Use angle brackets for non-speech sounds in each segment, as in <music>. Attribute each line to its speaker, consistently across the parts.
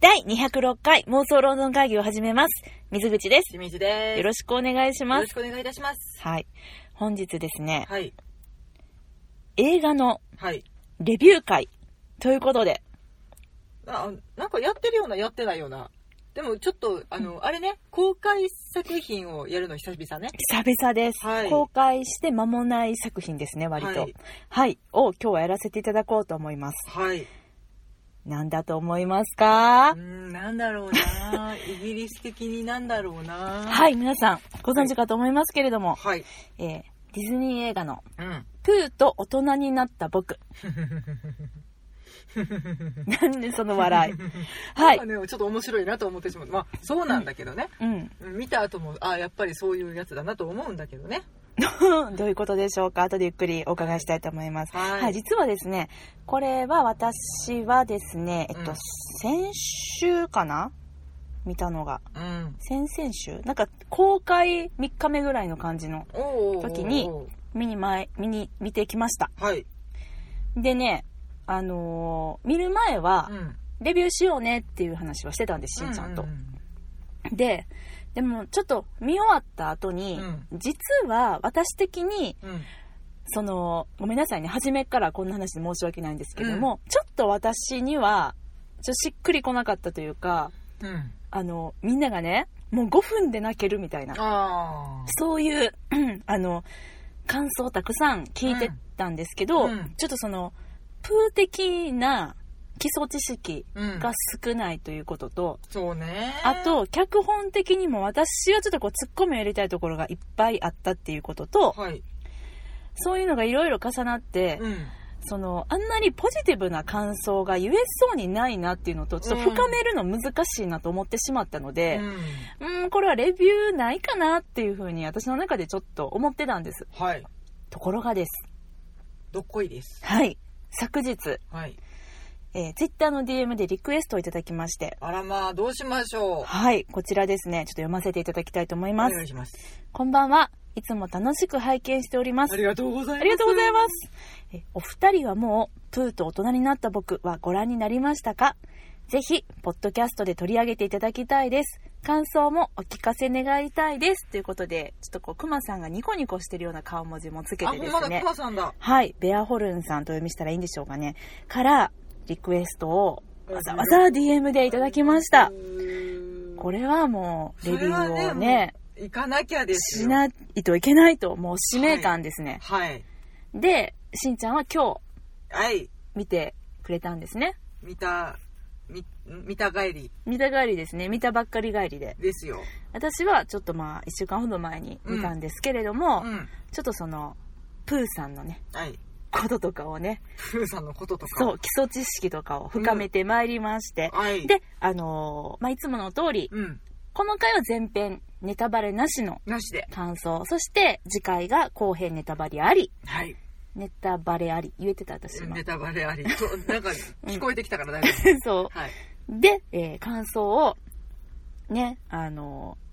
Speaker 1: 第206回妄想ロンドン会議を始めます。水口です。
Speaker 2: 清水です。
Speaker 1: よろしくお願いしま
Speaker 2: よろ
Speaker 1: す。
Speaker 2: くお願いいたします。
Speaker 1: はい。本日ですね、
Speaker 2: はい。
Speaker 1: 映画の
Speaker 2: はい。
Speaker 1: レビュー会ということで、
Speaker 2: あなんかやってるような、やってないような。でもちょっと、あの、あれね、公開作品をやるの久々ね。
Speaker 1: 久々です、
Speaker 2: はい
Speaker 1: 公開して間もない作品ですね、割と。は
Speaker 2: はいい、
Speaker 1: を今日はやらせていただこうと思います。
Speaker 2: はい。
Speaker 1: なんだと思いますか、
Speaker 2: うん、なんだろうなイギリス的になんだろうな。
Speaker 1: はいい、皆さん、ご存知かと思いますけれども、
Speaker 2: はい。
Speaker 1: えーディズニー映画の
Speaker 2: うん。
Speaker 1: プーと大人になった
Speaker 2: <laughs>
Speaker 1: 僕。なんでその笑い。は
Speaker 2: はい
Speaker 1: い。。
Speaker 2: ね、ちょっと面白いなと思ってしまう。まあ、そうなんだけどね。
Speaker 1: うん。
Speaker 2: うん見た後も、あやっぱりそういうやつだなと思うんだけどね。
Speaker 1: <laughs> どういうことでしょうか後でゆっくりお伺いしたいと思います。
Speaker 2: はい
Speaker 1: はい、実はですね、これは私はですね、えっと、
Speaker 2: うん
Speaker 1: 先週かな見たのが。
Speaker 2: うん。
Speaker 1: 先々週なんか公開3日目ぐらいの感じの
Speaker 2: おー
Speaker 1: 時に見に前、見に、見てきました。
Speaker 2: はい。
Speaker 1: でね、あのー見る前は
Speaker 2: う、ん。
Speaker 1: レビューしようねっていう話はしてたんです、しんちゃんと
Speaker 2: う。
Speaker 1: で、でもちょっと見終わった後に、実は私的に、
Speaker 2: うん。うん。
Speaker 1: その、ごめんなさいね、初めからこんな話で申し訳ないんですけども、ちょっと私には、ちょっとしっくりこなかったというか、
Speaker 2: うん。うん
Speaker 1: あの、みんながね、もう5分で泣けるみたいな、
Speaker 2: ああ。
Speaker 1: そういう、 <clears throat> うんあの、感想をたくさん聞いてたんですけど、
Speaker 2: うん
Speaker 1: ちょっとその、プー的な基礎知識
Speaker 2: うん
Speaker 1: が少ないということと、
Speaker 2: そうね。
Speaker 1: あ、と、脚本的にも私はちょっとこう、ツッコミをやりたいところがいっぱいあったっていうことと、
Speaker 2: はい。
Speaker 1: そういうのがいろいろ重なって、
Speaker 2: うん。
Speaker 1: その、あんまりポジティブな感想が言えそうにないなっていうのと、ちょっと深めるの難しいなと思ってしまったので
Speaker 2: う、ん
Speaker 1: うん、ん、これはレビューないかなっていうふうに私の中でちょっと思ってたんです。
Speaker 2: はい。
Speaker 1: ところがです。
Speaker 2: どっこいです。
Speaker 1: はい。昨日、
Speaker 2: はい。
Speaker 1: えー、Twitter の DM でリクエストをいただきまして、
Speaker 2: あらまあ、どうしましょう。
Speaker 1: はい、こちらですね。ちょっと読ませていただきたいと思い
Speaker 2: お
Speaker 1: ます。
Speaker 2: 願いします。
Speaker 1: こんばんは。いつも楽しく拝見しております
Speaker 2: あ。りがとうございます。
Speaker 1: ありがとうございます。えお二人はもう、プーと大人になった僕はご覧になりましたかぜひ、ポッドキャストで取り上げていただきたいです。感想もお聞かせ願いたいです。ということで、ちょっとこう、クマさんがニコニコしてるような顔文字もつけ
Speaker 2: あ、
Speaker 1: て
Speaker 2: ほ
Speaker 1: で
Speaker 2: んまだ、
Speaker 1: すね
Speaker 2: ク。マさんだ。
Speaker 1: はい、ベアホルンさんとお読みしたらいいんでしょうかね。から、リクエストをわざわざ DM でいただきました
Speaker 2: う。ーん
Speaker 1: これはもう、レビューを
Speaker 2: それ
Speaker 1: ね
Speaker 2: はね、行かなきゃです
Speaker 1: し
Speaker 2: よ。
Speaker 1: ないといけないと、もう使命感ですね。
Speaker 2: はい。
Speaker 1: で、しんちゃんは今日、
Speaker 2: はい。
Speaker 1: 見てくれたんですね
Speaker 2: 見た、み見た帰り
Speaker 1: 見た帰りですね見たばっかり帰りで
Speaker 2: ですよ。
Speaker 1: 私はちょっとまあ1週間ほど前に見たんですけれども、
Speaker 2: うん。
Speaker 1: ちょっとそのプーさんのね
Speaker 2: はい。
Speaker 1: こととかをね
Speaker 2: プーさんのこととか。
Speaker 1: そう基礎知識とかを深めてまいりまして、
Speaker 2: はい。、
Speaker 1: であのーまあいつもの通り
Speaker 2: うん。
Speaker 1: この回は前編ネタバレなしの
Speaker 2: なしで。
Speaker 1: 感想そして次回が後編ネタバレあり
Speaker 2: はい。
Speaker 1: ネタバレあり言えてた私今
Speaker 2: ネタバレあり。となんか、聞こえてきたから大丈
Speaker 1: <laughs> そう
Speaker 2: 夫。はい。
Speaker 1: で、えー感想をねあのー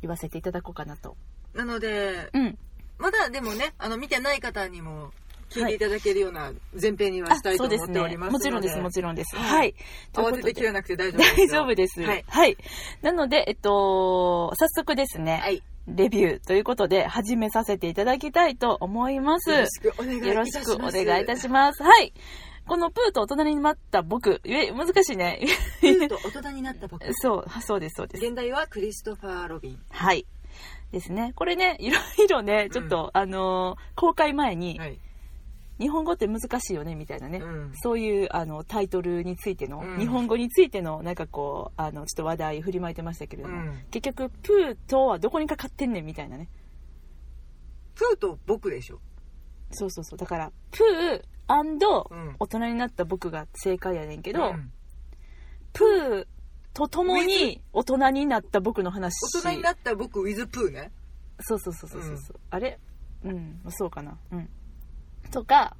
Speaker 1: 言わせていただこうかなと
Speaker 2: なので、
Speaker 1: うん
Speaker 2: まだでもね、あの、見てない方にも、聞いていただけるような前編にはしたいと
Speaker 1: そう
Speaker 2: 思
Speaker 1: で
Speaker 2: っ
Speaker 1: す
Speaker 2: ており
Speaker 1: ね
Speaker 2: ま
Speaker 1: も
Speaker 2: すの
Speaker 1: ち
Speaker 2: で、
Speaker 1: ろんですもちろんですは
Speaker 2: はいい、
Speaker 1: という
Speaker 2: 慌
Speaker 1: こ
Speaker 2: て
Speaker 1: と
Speaker 2: て切
Speaker 1: で
Speaker 2: れなくて大丈夫ですよ。
Speaker 1: 大丈夫です
Speaker 2: はい。
Speaker 1: はい、なのでえっと早速ですね、
Speaker 2: はい。
Speaker 1: レビューということで始めさせていただきたいと思います
Speaker 2: よろしくお願いいたします。
Speaker 1: よろしくお願いいたしますはいこのプーと大人になった僕え難しい
Speaker 2: <laughs>
Speaker 1: ね
Speaker 2: ふうと大人になった僕。
Speaker 1: そうそうですそうです
Speaker 2: 現代はクリストファー・ロビン。
Speaker 1: はい。ですね。これね、いろいろね、ちょっと、あのー公開前に、
Speaker 2: はい。
Speaker 1: 日本語って難しいよね、みたいなね。
Speaker 2: うん
Speaker 1: そういう、あの、タイトルについての、
Speaker 2: うん
Speaker 1: 日本語についての、なんかこう、あの、ちょっと話題振りまいてましたけれども、
Speaker 2: うん
Speaker 1: 結局、プーとはどこにかかってんねん、みたいなね。
Speaker 2: ふうと僕でしょ。
Speaker 1: そうそうそう。だから、プー、アンド
Speaker 2: うん、
Speaker 1: 大人になった僕が正解やねんけど、
Speaker 2: うん
Speaker 1: プーと共に大人になった僕の話。
Speaker 2: 大人になった僕、ウィズ・プーね。
Speaker 1: そうそうそうそうそうそう、あれうんそうかなうんとか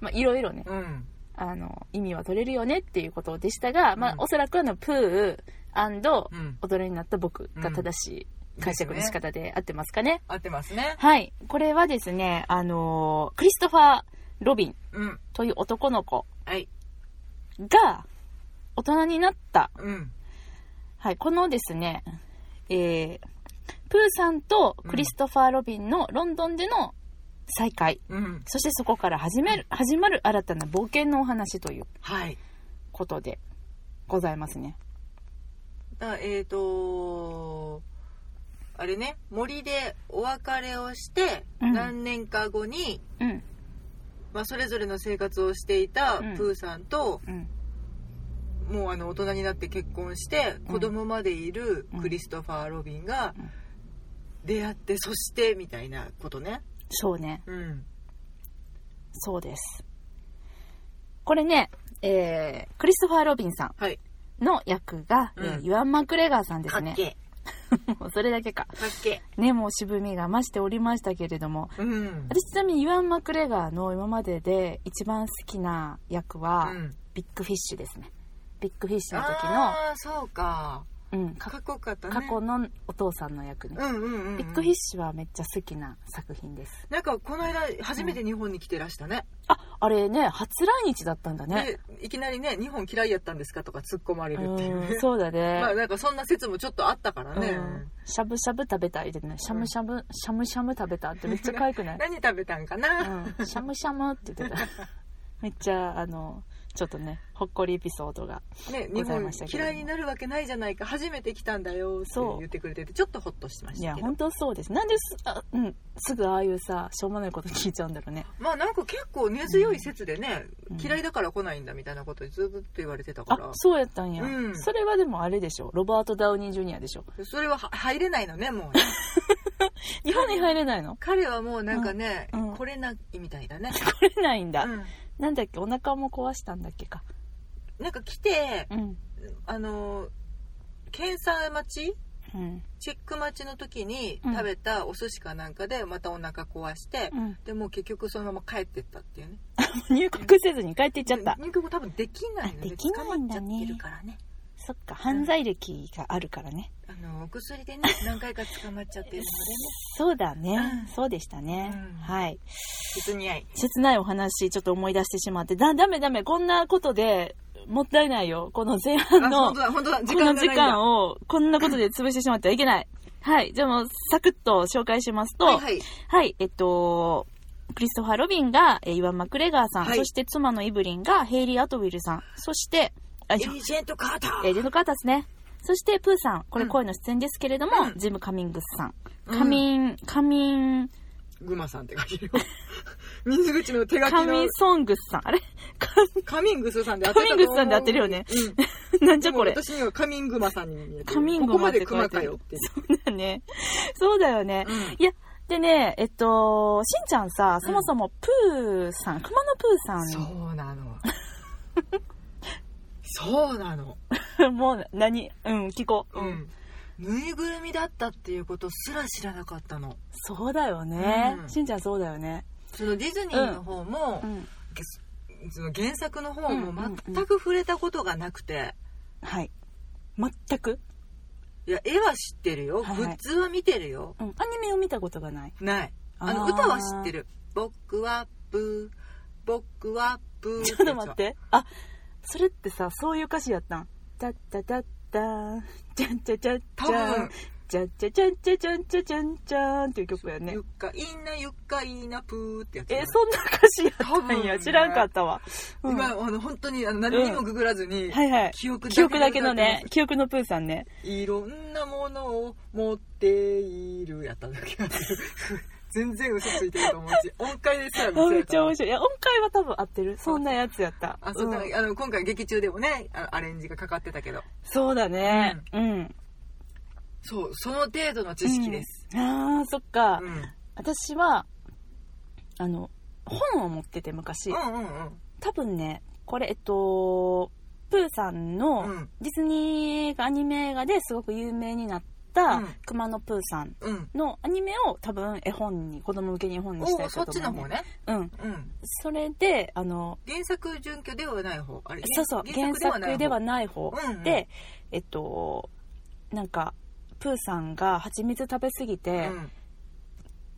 Speaker 1: まあいろいろね
Speaker 2: うん。
Speaker 1: あの意味は取れるよねっていうことでしたが、まあ
Speaker 2: うん
Speaker 1: おそらくあのプー
Speaker 2: うん
Speaker 1: 大人になった僕が正しい解釈の仕方で合ってますかね,、
Speaker 2: 合ってますね。
Speaker 1: はいこれはですねあのークリストファー・ロビン
Speaker 2: うん。
Speaker 1: という男の子
Speaker 2: はい。
Speaker 1: が大人になった。
Speaker 2: うん。
Speaker 1: はい、このですね、えー、プーさんとクリストファー・ロビンのロンドンでの再会、
Speaker 2: うん。
Speaker 1: そしてそこから始める、始まる新たな冒険のお話という
Speaker 2: はい。
Speaker 1: ことでございますね。
Speaker 2: だえっ、とあれね、森でお別れをして、
Speaker 1: うん
Speaker 2: 何年か後に、
Speaker 1: うん、
Speaker 2: まあ、それぞれの生活をしていた
Speaker 1: うん
Speaker 2: プーさんと、
Speaker 1: うん、
Speaker 2: もうあの大人になって結婚して
Speaker 1: うん
Speaker 2: 子供までいる
Speaker 1: うん
Speaker 2: クリストファー・ロビンが
Speaker 1: うん
Speaker 2: 出会ってそしてみたいなことね
Speaker 1: そうね、
Speaker 2: うん
Speaker 1: そうです。これね、えー、クリストファー・ロビンさ
Speaker 2: はい
Speaker 1: んの役が、えー
Speaker 2: うん
Speaker 1: ユアン・マクレガーさんで
Speaker 2: か
Speaker 1: す
Speaker 2: っ
Speaker 1: ね。
Speaker 2: け
Speaker 1: もうそれだけか。
Speaker 2: えかっけ
Speaker 1: ね、もう渋みが増しておりましたけれども、
Speaker 2: えうん
Speaker 1: 私ちなみにユアン・マクレガーの今までで一番好きな役は、
Speaker 2: うん
Speaker 1: ビッグフィッシュですねビッグフィッシュの時の、
Speaker 2: ああそうか
Speaker 1: うん、
Speaker 2: か
Speaker 1: か
Speaker 2: っこよかったね
Speaker 1: 過去のお父さんの役ね、
Speaker 2: うんうんうんうん
Speaker 1: ビッグフィッシュはめっちゃ好きな作品です
Speaker 2: なんかこの間初めて日本に来てらしたね、
Speaker 1: ああれね初来日だったんだね
Speaker 2: でいきなりね「日本嫌いやったんですか?」とか突っ込まれるっていう
Speaker 1: う <laughs>
Speaker 2: ね
Speaker 1: んそうだね、
Speaker 2: <laughs> まあなんかそんな説もちょっとあったからね、
Speaker 1: うんしゃぶしゃぶ食べたいでねしゃむしゃぶ、しゃむしゃむ食べたってめっちゃ可愛くない、
Speaker 2: 何食べたんかな、
Speaker 1: うん、しゃむしゃむって言ってた <laughs> めっちゃあのちょっとねほっこりエピソードが
Speaker 2: ね、
Speaker 1: ご
Speaker 2: 日
Speaker 1: ざい
Speaker 2: 本
Speaker 1: ましたけれども
Speaker 2: 嫌いになるわけないじゃないか初めて来たんだよって
Speaker 1: そう
Speaker 2: 言ってくれててちょっとホッとしま
Speaker 1: い
Speaker 2: した
Speaker 1: や
Speaker 2: けど
Speaker 1: 本当そうですなんですあ、うん、すぐああいうさしょうもないこと聞いちゃうんだろうね
Speaker 2: まあなんか結構根強い説でね、
Speaker 1: うん
Speaker 2: 嫌いだから来ないんだみたいなことずっと言われてたか
Speaker 1: あ
Speaker 2: ら
Speaker 1: そうやったんや、
Speaker 2: うん
Speaker 1: それはでもあれでしょロバート・ダウニー・ジュニアでしょ
Speaker 2: それはは入れないのねもうね
Speaker 1: 日本に入れないの
Speaker 2: 彼はもうなんかね、
Speaker 1: うん
Speaker 2: 来れないみたいだね、
Speaker 1: 入れないんだ、
Speaker 2: うん
Speaker 1: なんだっけお腹も壊したんだっけか
Speaker 2: なんか来て
Speaker 1: うん
Speaker 2: あの検査待ち
Speaker 1: うん
Speaker 2: チェック待ちの時に
Speaker 1: うん
Speaker 2: 食べたお寿司かなんかでまたお腹壊して、でもう結局そのまま帰ってったっていうね
Speaker 1: <laughs> 入国せずに帰っていっちゃった、
Speaker 2: 入国も多分できないの
Speaker 1: あできないんだね
Speaker 2: 捕まっちゃってるからね
Speaker 1: そっか犯罪歴があるからね、
Speaker 2: あのお薬
Speaker 1: <laughs>
Speaker 2: でね何回か捕まっちゃってるのでね
Speaker 1: そうだね、
Speaker 2: うん
Speaker 1: そうでしたね、
Speaker 2: うん
Speaker 1: はい
Speaker 2: 別
Speaker 1: <laughs>
Speaker 2: に愛
Speaker 1: 切ないお話ちょっと思い出してしまってだダメダメこんなことでもったいないよこの前
Speaker 2: あ
Speaker 1: 半の
Speaker 2: 本当だ本当だ時
Speaker 1: この
Speaker 2: 間が
Speaker 1: 時
Speaker 2: ないんだ
Speaker 1: 間をこんなことで潰してしまってはいけない。はい。じゃあもう、サクッと紹介しますと、はい、
Speaker 2: はいはい
Speaker 1: えっと、クリストファー・ロビンが、えーイワン・マクレガーさん、
Speaker 2: はい
Speaker 1: そして妻のイブリンがヘイリー・アトウィルさん、そして、あ、
Speaker 2: エ
Speaker 1: いや
Speaker 2: ージェントカータ
Speaker 1: えー
Speaker 2: ー
Speaker 1: ジェノ・カータスね。そして、プーさん、これ
Speaker 2: うん
Speaker 1: 声の出演ですけれども、
Speaker 2: うん
Speaker 1: ジム・カミングスさん。
Speaker 2: うん
Speaker 1: カミン、カミン、
Speaker 2: グマさんって書いてるよ <laughs> 水口の手書き
Speaker 1: カミ
Speaker 2: の
Speaker 1: ンソングスさん。あれ <laughs>
Speaker 2: カミングスさんで当
Speaker 1: カ
Speaker 2: て
Speaker 1: ミ
Speaker 2: た
Speaker 1: ン
Speaker 2: と
Speaker 1: グス
Speaker 2: 思う
Speaker 1: さんで合ってるよね。
Speaker 2: うん
Speaker 1: なんじゃこれ
Speaker 2: でも。私にはカミングマさんに見えてる
Speaker 1: カミング
Speaker 2: ここ
Speaker 1: マ
Speaker 2: ま
Speaker 1: って
Speaker 2: で
Speaker 1: 書いてる
Speaker 2: クマかよっていう
Speaker 1: だね。そうだよね。いや、でね、えっと、しんちゃんさ、そもそもプーさん、熊野プーさ
Speaker 2: そうな
Speaker 1: <laughs>
Speaker 2: のそうなの
Speaker 1: ん、 <laughs> もう何、うん、聞こう。
Speaker 2: う。んぬいぐるみだったっていうことすら知らなかったの
Speaker 1: そうだよね。
Speaker 2: うん
Speaker 1: しんちゃんそうだよね。
Speaker 2: そのディズニーの方も、
Speaker 1: うん。
Speaker 2: げその原作の方
Speaker 1: う
Speaker 2: も
Speaker 1: んうんうん
Speaker 2: 全く触れたことがなくて、
Speaker 1: はい。全く、
Speaker 2: いや絵は知ってるよ、
Speaker 1: はい
Speaker 2: グッズは見てるよ
Speaker 1: うん、アニメを見たことがない。
Speaker 2: ないあの
Speaker 1: ー
Speaker 2: 歌は知って。る「僕はブー僕はブー」
Speaker 1: ちょっと待って。あ、それってさ、そういう歌詞やったん。たったたったー、じゃんじゃじゃん
Speaker 2: 多
Speaker 1: じゃん
Speaker 2: 分。
Speaker 1: じゃんじゃじゃんじゃじゃんじゃじゃんじゃんっていう曲やね
Speaker 2: ゆ。っかいいなゆっかいいなプー」ってやつ
Speaker 1: え、そんな歌詞やったん
Speaker 2: 多分
Speaker 1: や。
Speaker 2: ね
Speaker 1: 知らんかったわ。うん
Speaker 2: 今あの本当にあの何にもググらずに、
Speaker 1: はいはい。
Speaker 2: 記憶
Speaker 1: 記憶だけのね、記憶のプーさんね。
Speaker 2: いろんなものを持っているやったんだけど <laughs> 全然嘘ついてる
Speaker 1: <laughs>
Speaker 2: と思うし音階ですら
Speaker 1: あ
Speaker 2: 見
Speaker 1: め
Speaker 2: せ
Speaker 1: っちゃ面
Speaker 2: い
Speaker 1: 白い。いや、音階は多分合ってる。そんなやつやった。
Speaker 2: あそう、
Speaker 1: ん
Speaker 2: だからあの今回劇中でもねあアレンジがかかってたけど
Speaker 1: そうだね。うん。
Speaker 2: そうその程度の知識です、
Speaker 1: うん。ああ、そっか。
Speaker 2: うん
Speaker 1: 私は、あの、本を持ってて昔
Speaker 2: う。んうんうん
Speaker 1: 多分ね、これ、えっと、プーさんの
Speaker 2: うん
Speaker 1: ディズニー映画アニメ映画ですごく有名になった
Speaker 2: うん
Speaker 1: 熊野プーさん
Speaker 2: うん
Speaker 1: のアニメを多分絵本に、子供向けに絵本にした
Speaker 2: お
Speaker 1: や
Speaker 2: お
Speaker 1: つ
Speaker 2: そ
Speaker 1: だ
Speaker 2: っ
Speaker 1: と
Speaker 2: ち
Speaker 1: 思う
Speaker 2: の
Speaker 1: ね
Speaker 2: 方ね
Speaker 1: うん。
Speaker 2: うん
Speaker 1: それで、あの、
Speaker 2: 原作準拠ではない方あれ
Speaker 1: そうそう原作ではない方
Speaker 2: うんうん
Speaker 1: でえっとなんかプーさんが蜂蜜食べ過ぎて
Speaker 2: うん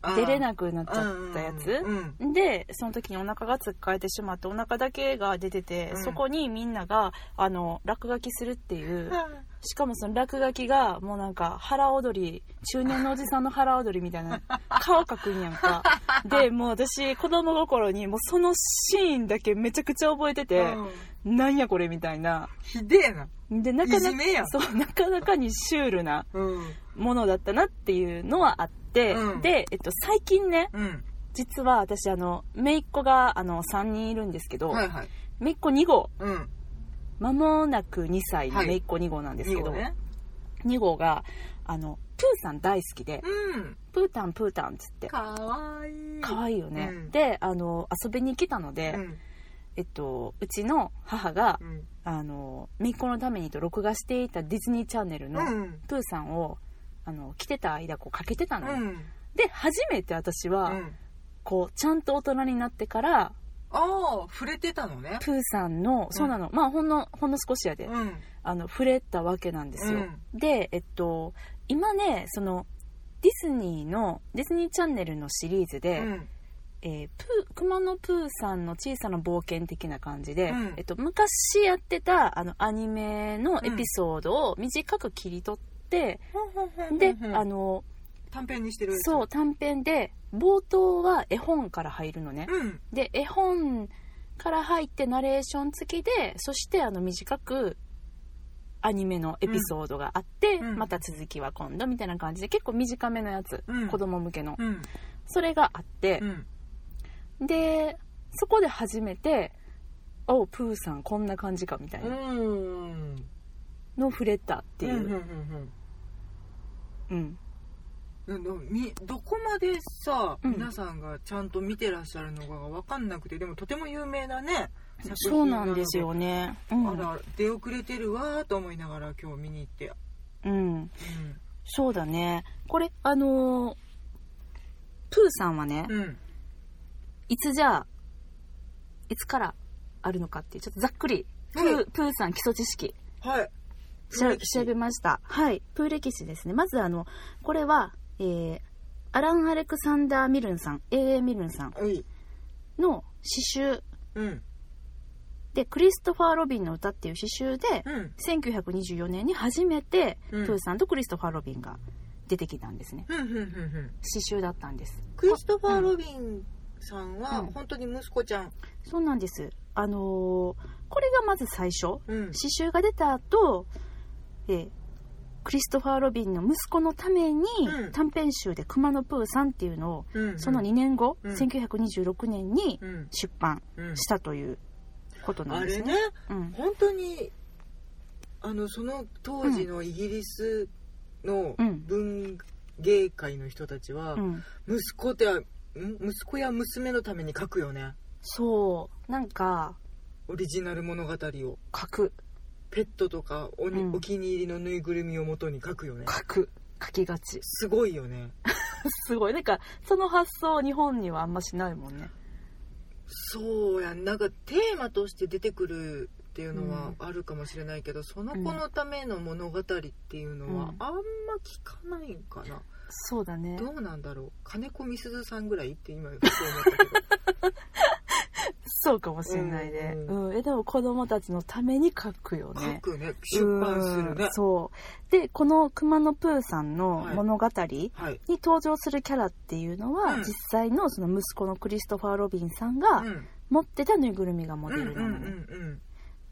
Speaker 2: あー
Speaker 1: 出れなくなっちゃったやつ、
Speaker 2: うんうん
Speaker 1: でその時にお腹がつっかえてしまってお腹だけが出てて、
Speaker 2: うん
Speaker 1: そこにみんながあの落書きするっていううん
Speaker 2: あ
Speaker 1: しかもその落書きがもうなんか腹踊り中年のおじさんの腹踊りみた
Speaker 2: <laughs>
Speaker 1: いな顔描くんやんかでもう私子供心にもうそのシーンだけめちゃくちゃ覚えてて、
Speaker 2: うん
Speaker 1: なんやこれみたいな
Speaker 2: ひでえな
Speaker 1: でなか
Speaker 2: い
Speaker 1: な
Speaker 2: じめやん
Speaker 1: かそうなかなかにシュールな
Speaker 2: うん
Speaker 1: ものだったなっていうのはあって、
Speaker 2: うん
Speaker 1: で、えっと、最近ね
Speaker 2: うん
Speaker 1: 実は私あの姪っ子があの3人いるんですけど、
Speaker 2: はいはい
Speaker 1: 姪っ子2号
Speaker 2: うん
Speaker 1: 間もなく2歳の
Speaker 2: はい
Speaker 1: 姪っ子2号なんですけ
Speaker 2: いい
Speaker 1: ど、
Speaker 2: よね
Speaker 1: 2号があのプーさん大好きで
Speaker 2: うん
Speaker 1: 「プータンプータン」っつって
Speaker 2: かわいい
Speaker 1: 可愛いよね、
Speaker 2: うん
Speaker 1: であの遊びに来たので、
Speaker 2: うん
Speaker 1: えっと、うちの母が
Speaker 2: うん
Speaker 1: あの姪っ子のためにと録画していたディズニーチャンネル
Speaker 2: う
Speaker 1: の
Speaker 2: ん
Speaker 1: プーさんをあの来てた間こうかけてたの
Speaker 2: う
Speaker 1: よ、
Speaker 2: ん
Speaker 1: で初めて私は、
Speaker 2: うん
Speaker 1: こうちゃんと大人になってから
Speaker 2: ああ触れてたのね
Speaker 1: プーさんのそうなの、まあほんのほんの少しやで、
Speaker 2: うん
Speaker 1: あの触れたわけなんですよ、
Speaker 2: う
Speaker 1: でえっと今ねそのディズニーのディズニーチャンネルのシリーズで、
Speaker 2: うん
Speaker 1: えープー熊野プーさんの小さな冒険的な感じで、
Speaker 2: うん
Speaker 1: えっと、昔やってたあのアニメのエピソードを短く切り取って、で、あの
Speaker 2: 短編にしてる
Speaker 1: そう短編で冒頭は絵本から入るのね、
Speaker 2: うん
Speaker 1: で絵本から入ってナレーション付きでそしてあの短くアニメのエピソードがあって、
Speaker 2: うん
Speaker 1: また続きは今度みたいな感じで結構短めのやつ、
Speaker 2: うん
Speaker 1: 子供向けの
Speaker 2: うん
Speaker 1: それがあって
Speaker 2: う、ん
Speaker 1: でそこで初めて「おうプーさんこんな感じか」みたいな
Speaker 2: うん
Speaker 1: のを触れたっていう、
Speaker 2: うんうん
Speaker 1: うん
Speaker 2: うんうんうんみどこまでさ、
Speaker 1: うん
Speaker 2: 皆さんがちゃんと見てらっしゃるのかが分かんなくてでもとても有名なね作品
Speaker 1: そうなんですよね、う
Speaker 2: なの
Speaker 1: ん
Speaker 2: であら出遅れてるわーと思いながら今日見に行って、
Speaker 1: うん、そうだねこれあのープーさんはね、
Speaker 2: うんうん、
Speaker 1: いつじゃあ、いつからあるのかっていう、ちょっとざっくり、プ
Speaker 2: は
Speaker 1: ー
Speaker 2: い
Speaker 1: プーさん基礎知識、
Speaker 2: はい
Speaker 1: し
Speaker 2: プー
Speaker 1: ゃ
Speaker 2: 歴史
Speaker 1: 調べました。はい、プー歴史ですね。まずあの、これは、えー、アラン・アレクサンダー・ミルンさん、A.A. ミルンさん
Speaker 2: うい
Speaker 1: の詩集
Speaker 2: うん
Speaker 1: で、クリストファー・ロビンの歌っていう詩集で、
Speaker 2: うん
Speaker 1: 1924年に初めて、
Speaker 2: うん
Speaker 1: プーさんとクリストファー・ロビンが出てきたんですね。
Speaker 2: うんうんうんうん
Speaker 1: 詩集だったんです。
Speaker 2: クリストファー・ロビンさんは
Speaker 1: うん
Speaker 2: 本当に息子ちゃん、
Speaker 1: そうなんです。あのーこれがまず最初。
Speaker 2: うん
Speaker 1: 刺繍が出た後、えークリストファー・ロビンの息子のために
Speaker 2: うん
Speaker 1: 短編集で「熊野プーさん」っていうのを
Speaker 2: うんうん
Speaker 1: その2年後、
Speaker 2: うん
Speaker 1: 1926年に
Speaker 2: うん
Speaker 1: 出版
Speaker 2: うん
Speaker 1: したということな
Speaker 2: あ
Speaker 1: んで
Speaker 2: れ
Speaker 1: す
Speaker 2: ね
Speaker 1: ね。うん
Speaker 2: 本当にあのその当時のイギリスの
Speaker 1: うん
Speaker 2: 文芸界の人たちは、
Speaker 1: うん、
Speaker 2: 息子ってん息子や娘のために書くよね
Speaker 1: そうなんか
Speaker 2: オリジナル物語を
Speaker 1: 書く
Speaker 2: ペットとかおに、
Speaker 1: うん
Speaker 2: お気に入りのぬいぐるみを元に書くよね
Speaker 1: 書く書きがち
Speaker 2: すごいよね
Speaker 1: すごいなんかその発想日本にはあんましないもんね
Speaker 2: そうやんなんかテーマとして出てくるっていうのはあるかもしれないけど、その子のための物語っていうの
Speaker 1: う
Speaker 2: は
Speaker 1: ん
Speaker 2: あんま聞かないんかな、
Speaker 1: そうだね
Speaker 2: どうなんだろう金子みすずさんぐらいって今ふと思ったけど
Speaker 1: そうかもしれないね、
Speaker 2: う
Speaker 1: うんんえでも子供たちのために書くよ <laughs> ね
Speaker 2: 書くね出版する
Speaker 1: う
Speaker 2: ね
Speaker 1: んそうでこの熊野プーさんの
Speaker 2: はい
Speaker 1: 物語
Speaker 2: はい、
Speaker 1: に登場するキャラっていうのは、
Speaker 2: うん
Speaker 1: 実際のその息子のクリストファー・ロビンさんが
Speaker 2: うん
Speaker 1: 持ってたぬいぐるみがモデ
Speaker 2: う
Speaker 1: ル
Speaker 2: んうん
Speaker 1: なの
Speaker 2: う
Speaker 1: ね、
Speaker 2: ん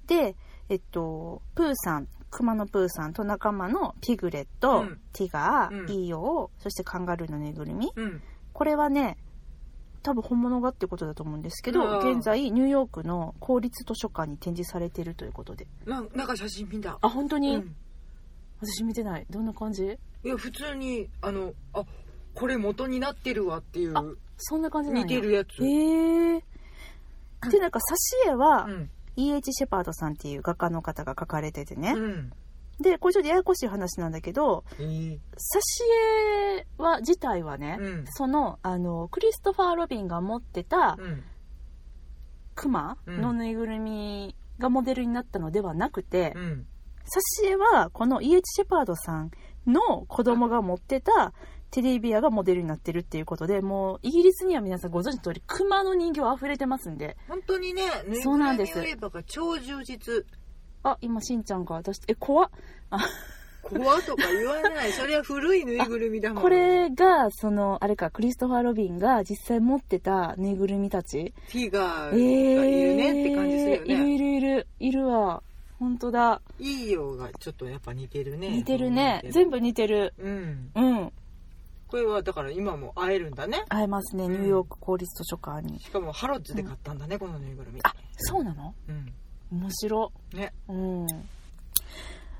Speaker 1: でえっとプーさん熊野プーさんと仲間のピグレット、
Speaker 2: うん
Speaker 1: ティガー、
Speaker 2: うん
Speaker 1: イーオーそしてカンガルーのぬいぐるみ
Speaker 2: うんうん
Speaker 1: これはね多分本物がってことだと思うんですけ
Speaker 2: うわ
Speaker 1: ど
Speaker 2: ー
Speaker 1: 現在ニューヨークの公立図書館に展示されているということで
Speaker 2: ななんか写真見た
Speaker 1: あ本当に、
Speaker 2: うん
Speaker 1: 私見てないどんな感じ
Speaker 2: いや普通にあのあこれ元になってるわっていう
Speaker 1: あそんな感じなんや
Speaker 2: 似てるやつ、
Speaker 1: へえでなんか挿絵は
Speaker 2: うん
Speaker 1: E.H. シェパードさんっていう画家の方が描かれててね、
Speaker 2: うん
Speaker 1: でこれちょっとややこしい話なんだけど
Speaker 2: いい
Speaker 1: 挿絵は自体はね、
Speaker 2: うん
Speaker 1: そのあのクリストファー・ロビンが持ってた
Speaker 2: うん
Speaker 1: クマのぬいぐるみがモデルになったのではなくて
Speaker 2: うん
Speaker 1: 挿絵はこの E.H. シェパードさんの子供が持ってたテディビアがモデルになってるっていうことで、もうイギリスには皆さんご存知の通り、熊の人形溢れてますんで、
Speaker 2: 本当にねぬい
Speaker 1: そう
Speaker 2: ぐ
Speaker 1: な
Speaker 2: る
Speaker 1: んで
Speaker 2: み
Speaker 1: す
Speaker 2: 売り場が超充実
Speaker 1: あ、今しんちゃんが出して、え、怖っ
Speaker 2: 怖とか言
Speaker 1: <laughs>
Speaker 2: わないそれは古いぬいぐるみだもん
Speaker 1: これが、その、あれか、クリストファー・ロビンが実際持ってたぬいぐるみたち。
Speaker 2: ティガ
Speaker 1: え
Speaker 2: ーがいるねって感じするよ
Speaker 1: いる
Speaker 2: ね、
Speaker 1: いるいる、いるわ。本当だ。
Speaker 2: いいようがちょっとやっぱ似てるね
Speaker 1: 似てるね。
Speaker 2: 似てる
Speaker 1: 全部似てる。
Speaker 2: うん
Speaker 1: うん。
Speaker 2: これはだから今も会えるんだね
Speaker 1: 会えますね、ニューヨーク公立図書館に。
Speaker 2: しかもハロッズで買ったんだね、このぬいぐるみ
Speaker 1: あ、そうなの
Speaker 2: うん
Speaker 1: 面白。
Speaker 2: ね
Speaker 1: うん。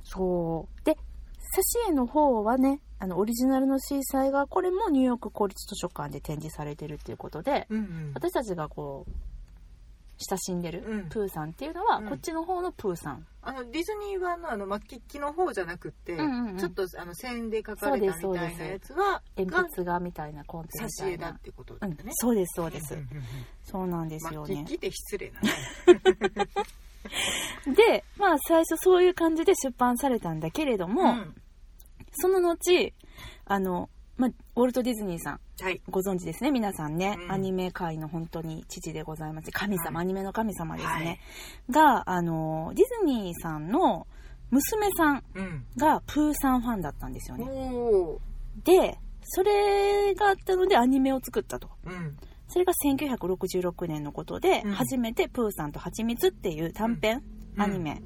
Speaker 1: そう。で、挿絵の方はね、あの、オリジナルの水彩画、これもニューヨーク公立図書館で展示されてるっていうことで、
Speaker 2: うんうん
Speaker 1: 私たちがこう、親しんでる、
Speaker 2: うん
Speaker 1: プーさんっていうのは、
Speaker 2: うん
Speaker 1: こっちの方のプーさん。
Speaker 2: あのディズニー版のあの末期の方じゃなくて、
Speaker 1: うんうんうん
Speaker 2: ちょっとあの線で描かれた
Speaker 1: そう
Speaker 2: み
Speaker 1: で
Speaker 2: た
Speaker 1: す
Speaker 2: いなやつはが
Speaker 1: 鉛筆画みたいなコンテンツみた
Speaker 2: 挿絵
Speaker 1: い
Speaker 2: だ
Speaker 1: な
Speaker 2: っ。てこと
Speaker 1: う
Speaker 2: だ
Speaker 1: ん
Speaker 2: ね、、
Speaker 1: そうです、そうです。
Speaker 2: うんうんうん
Speaker 1: そうなんですよ
Speaker 2: 末期
Speaker 1: ね
Speaker 2: っ。て失礼なね
Speaker 1: で、まあ最初そういう感じで出版されたんだけれど
Speaker 2: う
Speaker 1: も、
Speaker 2: んは
Speaker 1: その後、あの、まあ、ウォルト・ディズニーさん、
Speaker 2: い
Speaker 1: ご存知ですね、皆さんね。
Speaker 2: うん
Speaker 1: アニメ界の本当に父でございます。神様、
Speaker 2: は
Speaker 1: アニメの神様です
Speaker 2: は
Speaker 1: ね
Speaker 2: い。
Speaker 1: が、あの、ディズニーさんの娘さん
Speaker 2: うん
Speaker 1: がプーさんファンだったんですよね。
Speaker 2: おー
Speaker 1: で、それがあったのでアニメを作ったと。
Speaker 2: うん
Speaker 1: それが1966年のことで、
Speaker 2: うん
Speaker 1: 初めてプーさんと蜂蜜っていう短編、
Speaker 2: うん
Speaker 1: アニメ。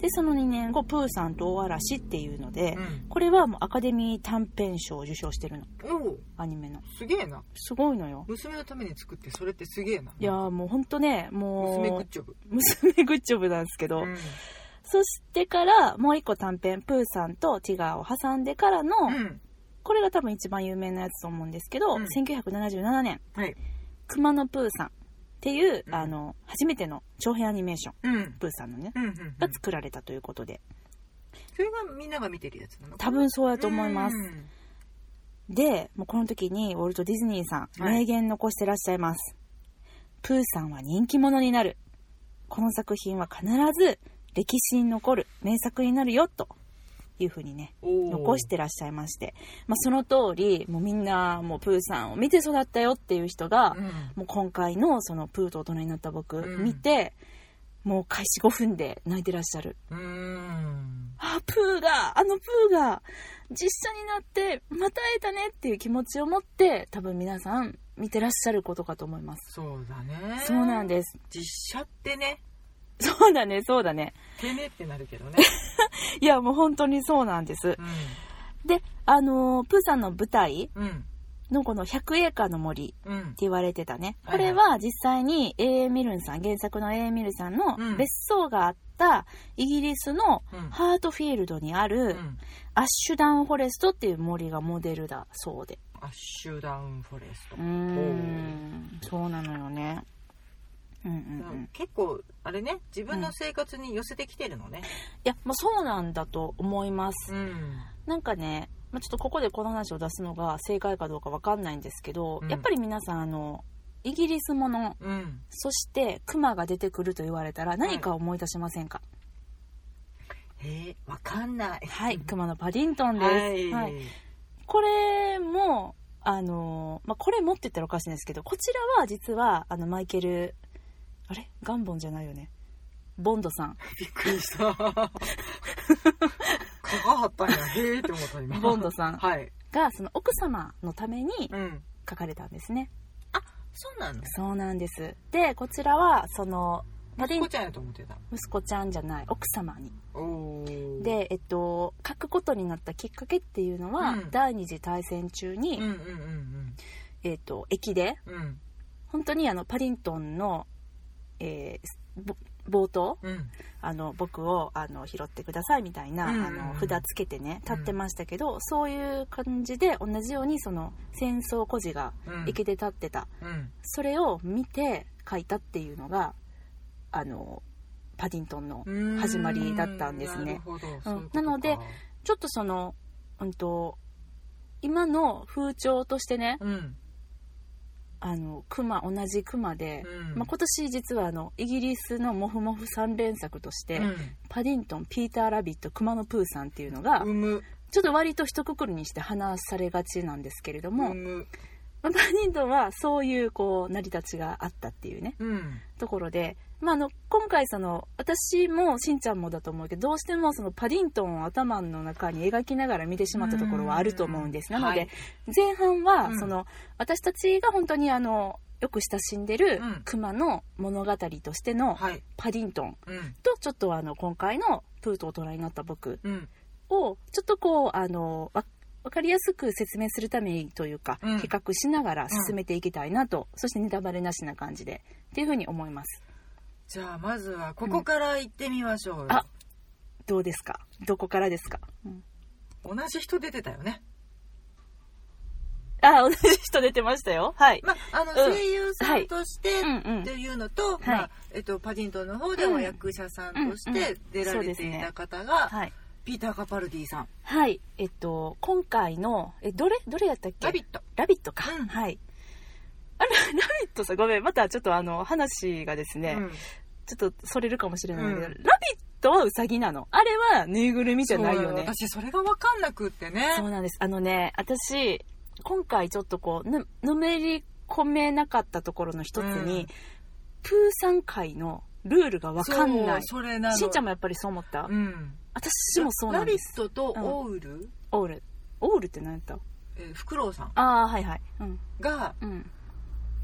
Speaker 1: で、その2年後、プーさんと大嵐っていうので、
Speaker 2: うん
Speaker 1: これはもうアカデミー短編賞を受賞してるの、
Speaker 2: おー
Speaker 1: アニメの。
Speaker 2: すげえな
Speaker 1: すごいのよ。
Speaker 2: 娘のために作ってそれってすげえない
Speaker 1: やーもうほんとね、
Speaker 2: 娘グ
Speaker 1: も
Speaker 2: ッジョブ
Speaker 1: う、娘グッジョブなんですけど、
Speaker 2: うん
Speaker 1: そしてからもう一個短編、プーさんとティガーを挟んでからの、
Speaker 2: うん
Speaker 1: これが多分一番有名なやつと思うんですけど、
Speaker 2: うん
Speaker 1: 1977年、
Speaker 2: はい
Speaker 1: 熊野プーさんっていう、
Speaker 2: うん
Speaker 1: あの初めての長編アニメーション
Speaker 2: うん
Speaker 1: プーさんのね
Speaker 2: うんうん
Speaker 1: が作られたということで
Speaker 2: それがみんなが見てるやつなの
Speaker 1: 多分そうやと思います、でもうこの時にウォルト・ディズニーさん
Speaker 2: はい
Speaker 1: 名言残してらっしゃいます、プーさんは人気者になるこの作品は必ず歴史に残る名作になるよというふうにね残
Speaker 2: 残
Speaker 1: してらっしゃいまして、まあ、その通りもうみんなもうプーさんを見て育ったよっていう人が、もう今回のそのプーと大人になった僕
Speaker 2: うん
Speaker 1: 見て、もう開始5分で泣いてらっしゃる。
Speaker 2: うん
Speaker 1: あ、プーが、あのプーが実写になってまた会えたねっていう気持ちを持って多分皆さん見てらっしゃることかと思います。
Speaker 2: そうだね
Speaker 1: そうなんです。
Speaker 2: 実写ってね
Speaker 1: そうだね、そうだね。
Speaker 2: てねってなるけ
Speaker 1: <laughs>
Speaker 2: どね、
Speaker 1: いや、もう本当にそうなんです。で、あのープーさんの舞台
Speaker 2: うんうん
Speaker 1: のこの100エーカーの森って
Speaker 2: うん
Speaker 1: 言われてたね。
Speaker 2: は
Speaker 1: こ
Speaker 2: いは
Speaker 1: れ
Speaker 2: い
Speaker 1: は実際に A.A. ミルンさん、原作の A.A. ミルンさんの
Speaker 2: うん
Speaker 1: 別荘があったイギリスの
Speaker 2: うん
Speaker 1: ハートフィールドにあ
Speaker 2: う
Speaker 1: る
Speaker 2: ん
Speaker 1: アッシュダウンフォレストっていう森がモデルだそうで。
Speaker 2: アッシュダウンフォレスト
Speaker 1: うーん、そうなのよね。うんうんうん。い
Speaker 2: 結構あれね自分の生活に寄せてきてるのね
Speaker 1: や、まあそうなんだと思います。
Speaker 2: ん
Speaker 1: なんかね、まあ、ちょっとここでこの話を出すのが正解かどうかわかんないんですけど、
Speaker 2: うん
Speaker 1: やっぱり皆さんあの、イギリスもの、
Speaker 2: うん
Speaker 1: そしてクマが出てくると言われたら何か思い出しませんか、
Speaker 2: えー、わかんない
Speaker 1: はい、熊のパディントンです。は
Speaker 2: はいい、
Speaker 1: これも、あのー、まあ、これもって言ったらおかしいんですけど、こちらは実は、あの、マイケル、あれガンボンじゃないよね。ボンド
Speaker 2: <laughs>
Speaker 1: さん。
Speaker 2: びっくりし
Speaker 1: <laughs>
Speaker 2: たかかはったんやへえって思った今
Speaker 1: ボンドさん
Speaker 2: はい
Speaker 1: が、その奥様のために
Speaker 2: うん
Speaker 1: 書かれたんですね。
Speaker 2: そうなの
Speaker 1: そうなんです。で、こちらは、その、パディ
Speaker 2: こ
Speaker 1: ン、
Speaker 2: ちゃんやと思ってた
Speaker 1: 息子ちゃんじゃない、奥様に。
Speaker 2: おー
Speaker 1: で、えっと、書くことになったきっかけっていうのは、
Speaker 2: うん
Speaker 1: 第二次大戦中に、
Speaker 2: うんうんうん
Speaker 1: えっと、駅で、
Speaker 2: うんうん
Speaker 1: 本当にあの、パディントンの、えーぼ冒頭
Speaker 2: うん
Speaker 1: あの僕をあの拾ってくださいみたいな、
Speaker 2: うんうんうん
Speaker 1: あの札つけてね立ってましたけど、そういう感じで同じようにその戦争孤児が
Speaker 2: うん
Speaker 1: 池で立ってた、
Speaker 2: うん
Speaker 1: それを見て書いたっていうのがあのパディントンの、
Speaker 2: うーん
Speaker 1: 始まりだったんですね
Speaker 2: なるほどそういうこと
Speaker 1: な
Speaker 2: か
Speaker 1: のでちょっとその、うん、と今の風潮としてね
Speaker 2: うん
Speaker 1: あの熊同じ熊で、
Speaker 2: うん
Speaker 1: まあ、今年実はあのイギリスのモフモフ3連作として、
Speaker 2: うん
Speaker 1: パディントンピーター・ラビット熊野プーさんっていうのが
Speaker 2: 産む
Speaker 1: ちょっと割と一括りにして話されがちなんですけれども、
Speaker 2: うん
Speaker 1: <laughs> まあバーニンドンはそういうこう成り立ちがあったっていうね
Speaker 2: うん
Speaker 1: ところで、まあ、あの今回その私もしんちゃんもだと思うけどどうしてもそのパディントンを頭の中に描きながら見てしまったところはあると思うんですなので、
Speaker 2: はい
Speaker 1: 前半
Speaker 2: う
Speaker 1: は
Speaker 2: ん
Speaker 1: その、私たちが本当にあのよく親しんでる
Speaker 2: うん
Speaker 1: 熊の物語としての
Speaker 2: はい
Speaker 1: パディントン
Speaker 2: うん
Speaker 1: とちょっとあの今回の「プーと大人になった僕
Speaker 2: うん」
Speaker 1: をちょっとこうあのわわかりやすく説明するためにというか、
Speaker 2: うん
Speaker 1: 比較しながら進めていきたいなと、そしてネタバレなしな感じでっていうふうに思います
Speaker 2: じゃあまずはここから行ってみましょうよ、
Speaker 1: あどうですかどこからですか、うん
Speaker 2: 同じ人出てたよね
Speaker 1: あ同じ人出てましたよはい、
Speaker 2: まあの
Speaker 1: うん
Speaker 2: 声優さんとして
Speaker 1: うん
Speaker 2: っ
Speaker 1: う
Speaker 2: ていうのと、
Speaker 1: い
Speaker 2: まあえっと、パディントンの方では役者さんとし
Speaker 1: うんうんう
Speaker 2: て出ら
Speaker 1: そう
Speaker 2: れ
Speaker 1: です
Speaker 2: てい
Speaker 1: ね
Speaker 2: た方
Speaker 1: ん
Speaker 2: が、
Speaker 1: はい
Speaker 2: ピーター・カパルディさん
Speaker 1: はいえっと今回のえどれどれだったっ
Speaker 2: 「
Speaker 1: け
Speaker 2: ラビット!
Speaker 1: ラビットか、
Speaker 2: うん
Speaker 1: はいあれラビットさんごめんまたちょっとあの話がですね、
Speaker 2: うん
Speaker 1: ちょっとそれるかもしれないけど、
Speaker 2: うん
Speaker 1: ラビットはウサギなのあれはぬいぐるみじゃないよね
Speaker 2: そう私それが分かんなくってね
Speaker 1: <laughs> そうなんです。あのね、私、今回ちょっとこう、ぬ、のめり込めなかったところの一つに、
Speaker 2: うん
Speaker 1: プーさん会のルールがわかんない。
Speaker 2: そうそれなの
Speaker 1: しんちゃんもやっぱりそう思った、
Speaker 2: うん
Speaker 1: 私もそうなんです。
Speaker 2: ラビットとオウル、
Speaker 1: オール。オールって何やった
Speaker 2: えーフクロウさん
Speaker 1: ああ、はいはい。うん。
Speaker 2: が
Speaker 1: うん。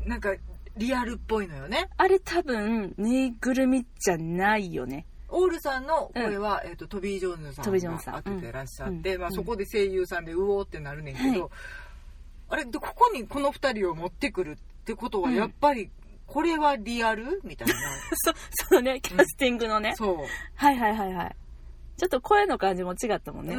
Speaker 2: なんかリアルっぽいのよね
Speaker 1: あれ多分、ぬいぐるみじゃないよね。 <laughs>
Speaker 2: オールさんの声は、えっとトビー・ジョーンズさ
Speaker 1: トビージョーン
Speaker 2: ん
Speaker 1: ズさん
Speaker 2: が当ててらっしゃって、
Speaker 1: うん
Speaker 2: まあ、
Speaker 1: うん
Speaker 2: そこで声優さんでうおーってなるねんけど、
Speaker 1: は
Speaker 2: あれでここにこの2人を持ってくるってことは
Speaker 1: うん
Speaker 2: やっぱりこれはリアルみた
Speaker 1: <laughs>
Speaker 2: いな
Speaker 1: そ、そのね、キャスティングのね。
Speaker 2: そう
Speaker 1: はいはいはいはい。ちょっと声の感じも違ったもんね。
Speaker 2: う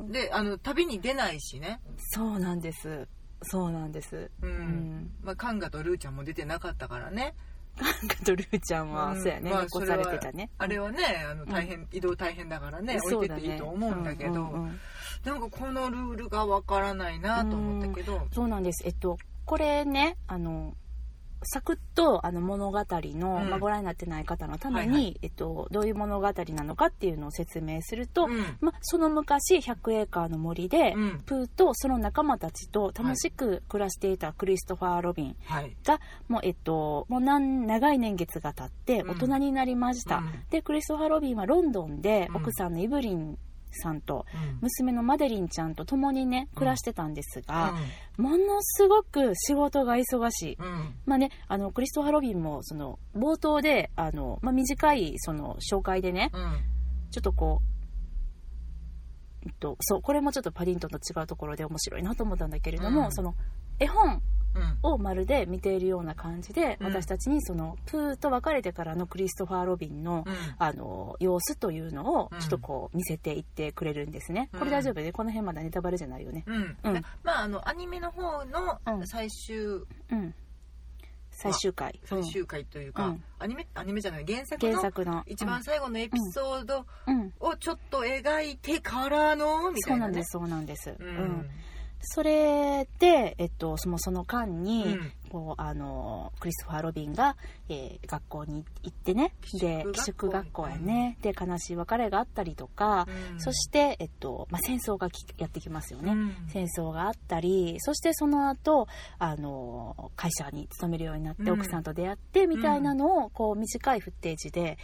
Speaker 1: うん、
Speaker 2: であの旅に出ないしね、
Speaker 1: そうなんです。そうなんです。
Speaker 2: うん
Speaker 1: うん
Speaker 2: まあ、カンガとルーちゃんも出てなかったからね
Speaker 1: なんかドルーちゃんは、
Speaker 2: うん
Speaker 1: そうやね、
Speaker 2: まあ
Speaker 1: 残されてたね
Speaker 2: あれはねあの大変、移動大変だからね
Speaker 1: そう
Speaker 2: 置いて
Speaker 1: だ
Speaker 2: っ
Speaker 1: ね
Speaker 2: ていいと思うんだけど、
Speaker 1: うんうんうん
Speaker 2: なんかこのルールがわからないなと思ったけど、
Speaker 1: そうなんですえっとこれねあのサクッとあの物語の、
Speaker 2: うん
Speaker 1: まあ、ご覧になってない方のために、
Speaker 2: はいは
Speaker 1: えっと、どういう物語なのかっていうのを説明すると、
Speaker 2: うん
Speaker 1: まあ、その昔100エーカーの森で、
Speaker 2: うん
Speaker 1: プーとその仲間たちと楽しく暮らしていたクリストファー・ロビン
Speaker 2: はい
Speaker 1: が、もうえっともう何長い年月が経って
Speaker 2: うん
Speaker 1: 大人になりました、
Speaker 2: うん
Speaker 1: でクリストファー・ロビンはロンドンで
Speaker 2: うん
Speaker 1: 奥さんのイブリンさんと
Speaker 2: うん
Speaker 1: 娘のマデリンちゃんと共にね暮らしてたんですが、
Speaker 2: う
Speaker 1: ものすごく仕事が忙しい。
Speaker 2: んうん
Speaker 1: まあね、あのクリストファー・ロビンもその冒頭であの、まあ、短いその紹介でね
Speaker 2: うん
Speaker 1: ちょっとこう、えっと、そうこれもちょっとパディントンと違うところで面白いなと思ったんだけれども、
Speaker 2: うん
Speaker 1: その絵本
Speaker 2: うん
Speaker 1: をまるで見ているような感じで、
Speaker 2: うん
Speaker 1: 私たちにそのプーと別れてからのクリストファー・ロビンの、
Speaker 2: うん
Speaker 1: あの様子というのを
Speaker 2: うん
Speaker 1: ちょっとこう見せていってくれるんですね、
Speaker 2: うん
Speaker 1: これ大丈夫でこの辺まだネタバレじゃないよね
Speaker 2: うん
Speaker 1: うん
Speaker 2: でまああのアニメの方の
Speaker 1: うん
Speaker 2: 最終
Speaker 1: うん最終回、
Speaker 2: 最終回という
Speaker 1: う
Speaker 2: か
Speaker 1: ん
Speaker 2: アニメアニメじゃない原作
Speaker 1: うん原
Speaker 2: の
Speaker 1: 作の
Speaker 2: 一番最後のエピソード
Speaker 1: うん、うん
Speaker 2: をちょっと描いてからのみ
Speaker 1: そ
Speaker 2: た
Speaker 1: う
Speaker 2: い
Speaker 1: な
Speaker 2: なん
Speaker 1: で
Speaker 2: ね
Speaker 1: すそうなんです、う
Speaker 2: うんん
Speaker 1: それで、えっと、そのその間に、
Speaker 2: うん
Speaker 1: こうあのクリストファー・ロビンが、えー学校に行ってねで寄
Speaker 2: 寄
Speaker 1: 宿
Speaker 2: 宿
Speaker 1: 学
Speaker 2: 学
Speaker 1: 校
Speaker 2: 校
Speaker 1: やね、で悲しい別れがあったりとか、
Speaker 2: うん
Speaker 1: そして、えっとまあ、戦争がきやってきますよね、
Speaker 2: うん
Speaker 1: 戦争があったりそしてその後あの会社に勤めるようになって
Speaker 2: うん
Speaker 1: 奥さんと出会ってみたいなのをこう短いフッテージで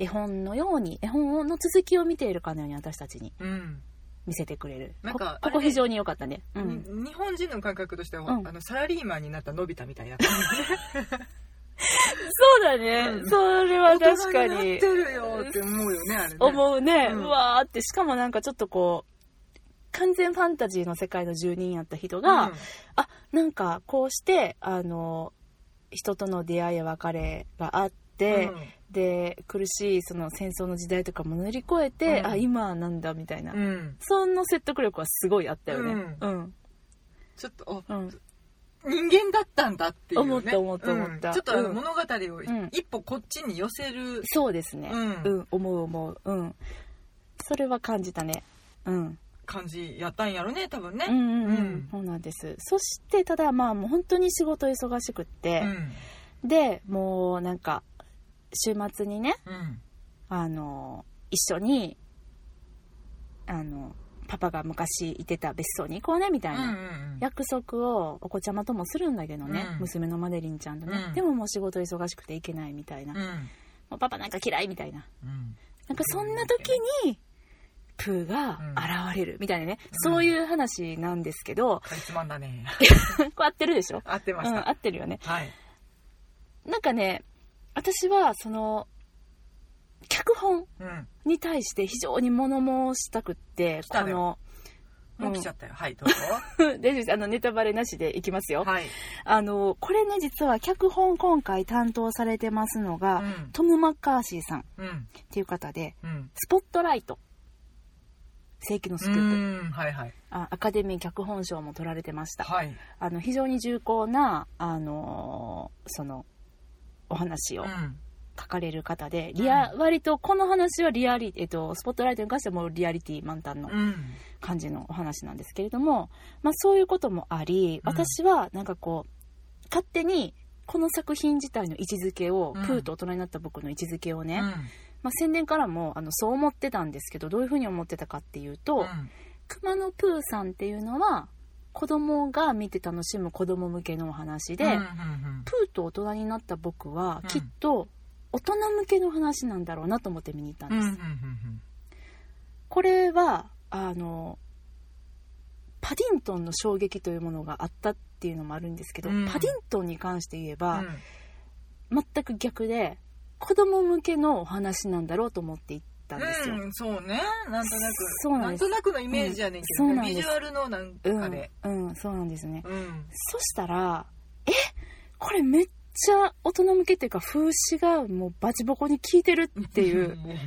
Speaker 1: 絵本のように絵本の続きを見ているかのように私たちに
Speaker 2: うんうん
Speaker 1: 見せてくれる
Speaker 2: なん
Speaker 1: こ
Speaker 2: か
Speaker 1: ここ
Speaker 2: あれね
Speaker 1: 非常に良かったね、うん、
Speaker 2: に日本人の感覚としては、
Speaker 1: うん
Speaker 2: あのサラリーマンになったのび太みたいな感
Speaker 1: そうだね、
Speaker 2: うん
Speaker 1: それは <laughs>
Speaker 2: じ
Speaker 1: 確か
Speaker 2: 大人
Speaker 1: に
Speaker 2: なってるよって思うよねあれね
Speaker 1: 思うね、う
Speaker 2: うん
Speaker 1: わーってしかもなんかちょっとこう完全ファンタジーの世界の住人やった人
Speaker 2: う
Speaker 1: が、あなんかこうしてあの人との出会いや別れがあって、で苦しいその戦争の時代とかも乗り越えて、
Speaker 2: うん
Speaker 1: あ今なんだみたいな、
Speaker 2: うんうん
Speaker 1: その説得力はすごいあったよねうん
Speaker 2: ちょっと
Speaker 1: うん、
Speaker 2: あ人間だったんだっていう、ね、
Speaker 1: 思った思った思った
Speaker 2: うんちょっ
Speaker 1: う
Speaker 2: と
Speaker 1: ん
Speaker 2: 物語を
Speaker 1: ん
Speaker 2: 一歩こっちに寄せる、
Speaker 1: そうですね
Speaker 2: うん
Speaker 1: うん、思う思ううんそれは感じたねうん
Speaker 2: 感じやったんやろね多分
Speaker 1: うんう
Speaker 2: ね、
Speaker 1: んうん、
Speaker 2: うん
Speaker 1: そうなんですそしてただまあもう本当に仕事忙しくっ
Speaker 2: う
Speaker 1: て
Speaker 2: ん、
Speaker 1: でもうなんか週末にね
Speaker 2: うん
Speaker 1: あの一緒にあのパパが昔いてた別荘に行こうねみたいな、
Speaker 2: ん
Speaker 1: 約束をお子ちゃまともするんだけどね、
Speaker 2: うん
Speaker 1: 娘のマデリンちゃんとね、
Speaker 2: うん
Speaker 1: でももう仕事忙しくて行けないみたいな、
Speaker 2: う
Speaker 1: も
Speaker 2: ん
Speaker 1: うパパなんか嫌いみたいな
Speaker 2: うん
Speaker 1: なんかそんな時にプーが現れるみたいなね、
Speaker 2: うん
Speaker 1: そういう話なんですけど
Speaker 2: かいつまんだね
Speaker 1: <laughs> これ合ってるでしょ、
Speaker 2: 合ってま
Speaker 1: う
Speaker 2: し
Speaker 1: ん、合
Speaker 2: た、
Speaker 1: ってるよね
Speaker 2: はい
Speaker 1: なんかね私はその脚本
Speaker 2: うん
Speaker 1: に対して非常に物申したくって
Speaker 2: 来
Speaker 1: こ
Speaker 2: たね
Speaker 1: の
Speaker 2: もう来ちゃったよ、はいどうぞ
Speaker 1: <laughs> 大丈夫ですあのネタバレなしでいきますよ、
Speaker 2: はい、
Speaker 1: あのこれね実は脚本今回担当されてますのが、
Speaker 2: うん
Speaker 1: トム・マッカーシーさんっ
Speaker 2: うん
Speaker 1: ていう方で
Speaker 2: うん
Speaker 1: 「スポットライト」世紀のスク
Speaker 2: う
Speaker 1: ープ
Speaker 2: んはいはい
Speaker 1: あアカデミー脚本賞も取られてました
Speaker 2: はい
Speaker 1: あの非常に重厚な、あのーそのお話を
Speaker 2: うん
Speaker 1: 書かれる方で、リア割とこの話はリアリ、えっと、スポットライトに関してはもうリアリティ満タンの
Speaker 2: うん
Speaker 1: 感じのお話なんですけれども、まあ、そういうこともあり
Speaker 2: うん
Speaker 1: 私はなんかこう勝手にこの作品自体の位置づけを、
Speaker 2: うん
Speaker 1: プーと大人になった僕の位置づけをね、
Speaker 2: うん
Speaker 1: まあ、宣伝からもあのそう思ってたんですけどどういうふうに思ってたかっていうと、
Speaker 2: うん
Speaker 1: 熊野プーさんっていうのは子供が見て楽しむ子供向けのお話で、
Speaker 2: うんうん
Speaker 1: プーと大人になった僕はきっと大人向けの話なんだろうなと思って見に行ったん
Speaker 2: うんう
Speaker 1: で
Speaker 2: ん
Speaker 1: す、これはあのパディントンの衝撃というものがあったっていうのもあるんですけど、
Speaker 2: うん
Speaker 1: パディントンに関して言え
Speaker 2: う
Speaker 1: ば
Speaker 2: ん、
Speaker 1: 全く逆で子供向けのお話なんだろうと思って行ったんですよ、
Speaker 2: うん、そうねなんとなく
Speaker 1: そうなん
Speaker 2: な
Speaker 1: で
Speaker 2: ん
Speaker 1: す
Speaker 2: となくのイメージやねんけどね、
Speaker 1: うんそうなんです
Speaker 2: ビジュアルのなん
Speaker 1: うん
Speaker 2: かで、
Speaker 1: うん、そうなんですね
Speaker 2: うん
Speaker 1: そしたらえこれめっちゃ大人向けっていうか風刺がもうバチボコに効いてるっていう
Speaker 2: <laughs>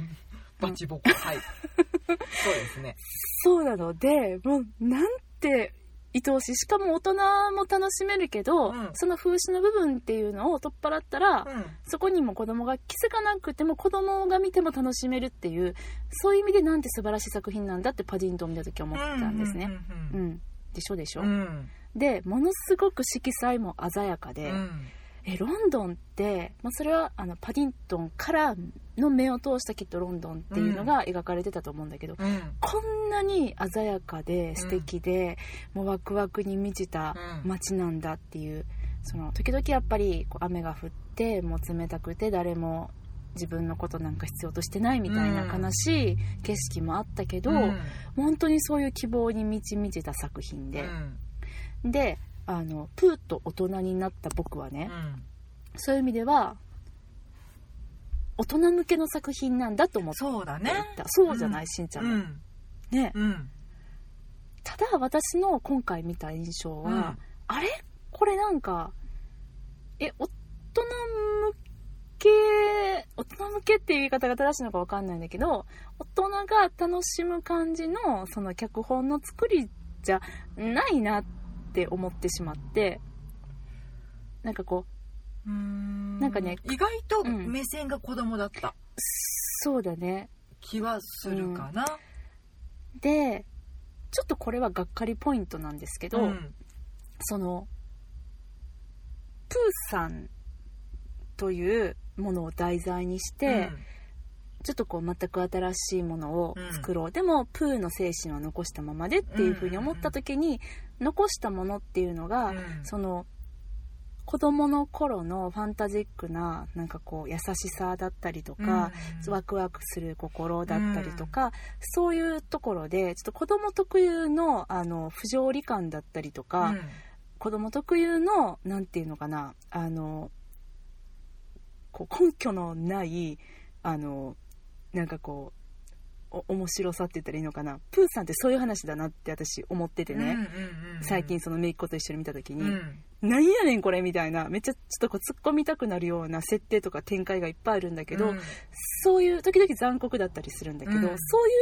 Speaker 2: バチボコはいそうです
Speaker 1: <laughs>
Speaker 2: ね
Speaker 1: そうなのでもうなんて愛おしいしかも大人も楽しめるけど、
Speaker 2: うん
Speaker 1: その風刺の部分っていうのを取っ払ったら、
Speaker 2: うん
Speaker 1: そこにも子供が気づかなくても子供が見ても楽しめるっていうそういう意味でなんて素晴らしい作品なんだってパディントンを見た時思ったんですね。
Speaker 2: う
Speaker 1: うんんでしょでしょ、
Speaker 2: うん
Speaker 1: でものすごく色彩も鮮やか
Speaker 2: う
Speaker 1: で、
Speaker 2: ん
Speaker 1: えロンドンって、まあ、それはあのパディントンからの目を通したきっとロンドンっていうのが描かれてたと思うんだけど、
Speaker 2: うんうん
Speaker 1: こんなに鮮やかで素敵で、もうワクワクに満ちた
Speaker 2: うん
Speaker 1: 街なんだっていうその時々やっぱりこう雨が降ってもう冷たくて誰も自分のことなんか必要としてないみたいな
Speaker 2: うん
Speaker 1: 悲しい景色もあったけど、
Speaker 2: うん
Speaker 1: 本当にそういう希望に満ち満ちた作品
Speaker 2: う
Speaker 1: で、
Speaker 2: ん
Speaker 1: であのプーと大人になった僕はね、そういう意味では大人向けの作品なんだと思って
Speaker 2: そうだ
Speaker 1: い
Speaker 2: ね
Speaker 1: ったそうじゃない、
Speaker 2: うん
Speaker 1: しんちゃ
Speaker 2: うん
Speaker 1: も、
Speaker 2: ん
Speaker 1: ね、
Speaker 2: うん
Speaker 1: ただ私の今回見た印象は、
Speaker 2: うん
Speaker 1: あれこれなんかえ大人向け大人向けっていう言い方が正しいのか分かんないんだけど大人が楽しむ感じのその脚本の作りじゃないなって思ってしまってなんかこう
Speaker 2: うん
Speaker 1: なんかね
Speaker 2: 意外と
Speaker 1: うん
Speaker 2: 目線が子供だった
Speaker 1: そうだね
Speaker 2: 気はするかな
Speaker 1: でちょっとこれはがっかりポイントなんですけど、
Speaker 2: うん
Speaker 1: そのプーさんというものを題材にして、ちょっとこう全く新しいものを作ろう、でもプーの精神は残したままでっていうふうに思った時に、残したものっていうのが、
Speaker 2: うん
Speaker 1: その子供の頃のファンタジックななんかこう優しさだったりとか、
Speaker 2: うん
Speaker 1: ワクワクする心だったりとか、そういうところでちょっと子供特有のあの不条理感だったりとか、
Speaker 2: うん
Speaker 1: 子供特有のなんていうのかなあのこう根拠のないあのなんかこうお面白さって言ったらいいのかなプーさんってそういう話だなって私思っててね、
Speaker 2: うんうんうん
Speaker 1: 最近そのめいっ子と一緒に見た時
Speaker 2: う
Speaker 1: に
Speaker 2: ん
Speaker 1: 「なんやねんこれ」みたいなめっちゃちょっとこう突っ込みたくなるような設定とか展開がいっぱいあるんだけど、
Speaker 2: うん
Speaker 1: そういう時々残酷だったりするんだけど、
Speaker 2: うん
Speaker 1: そうい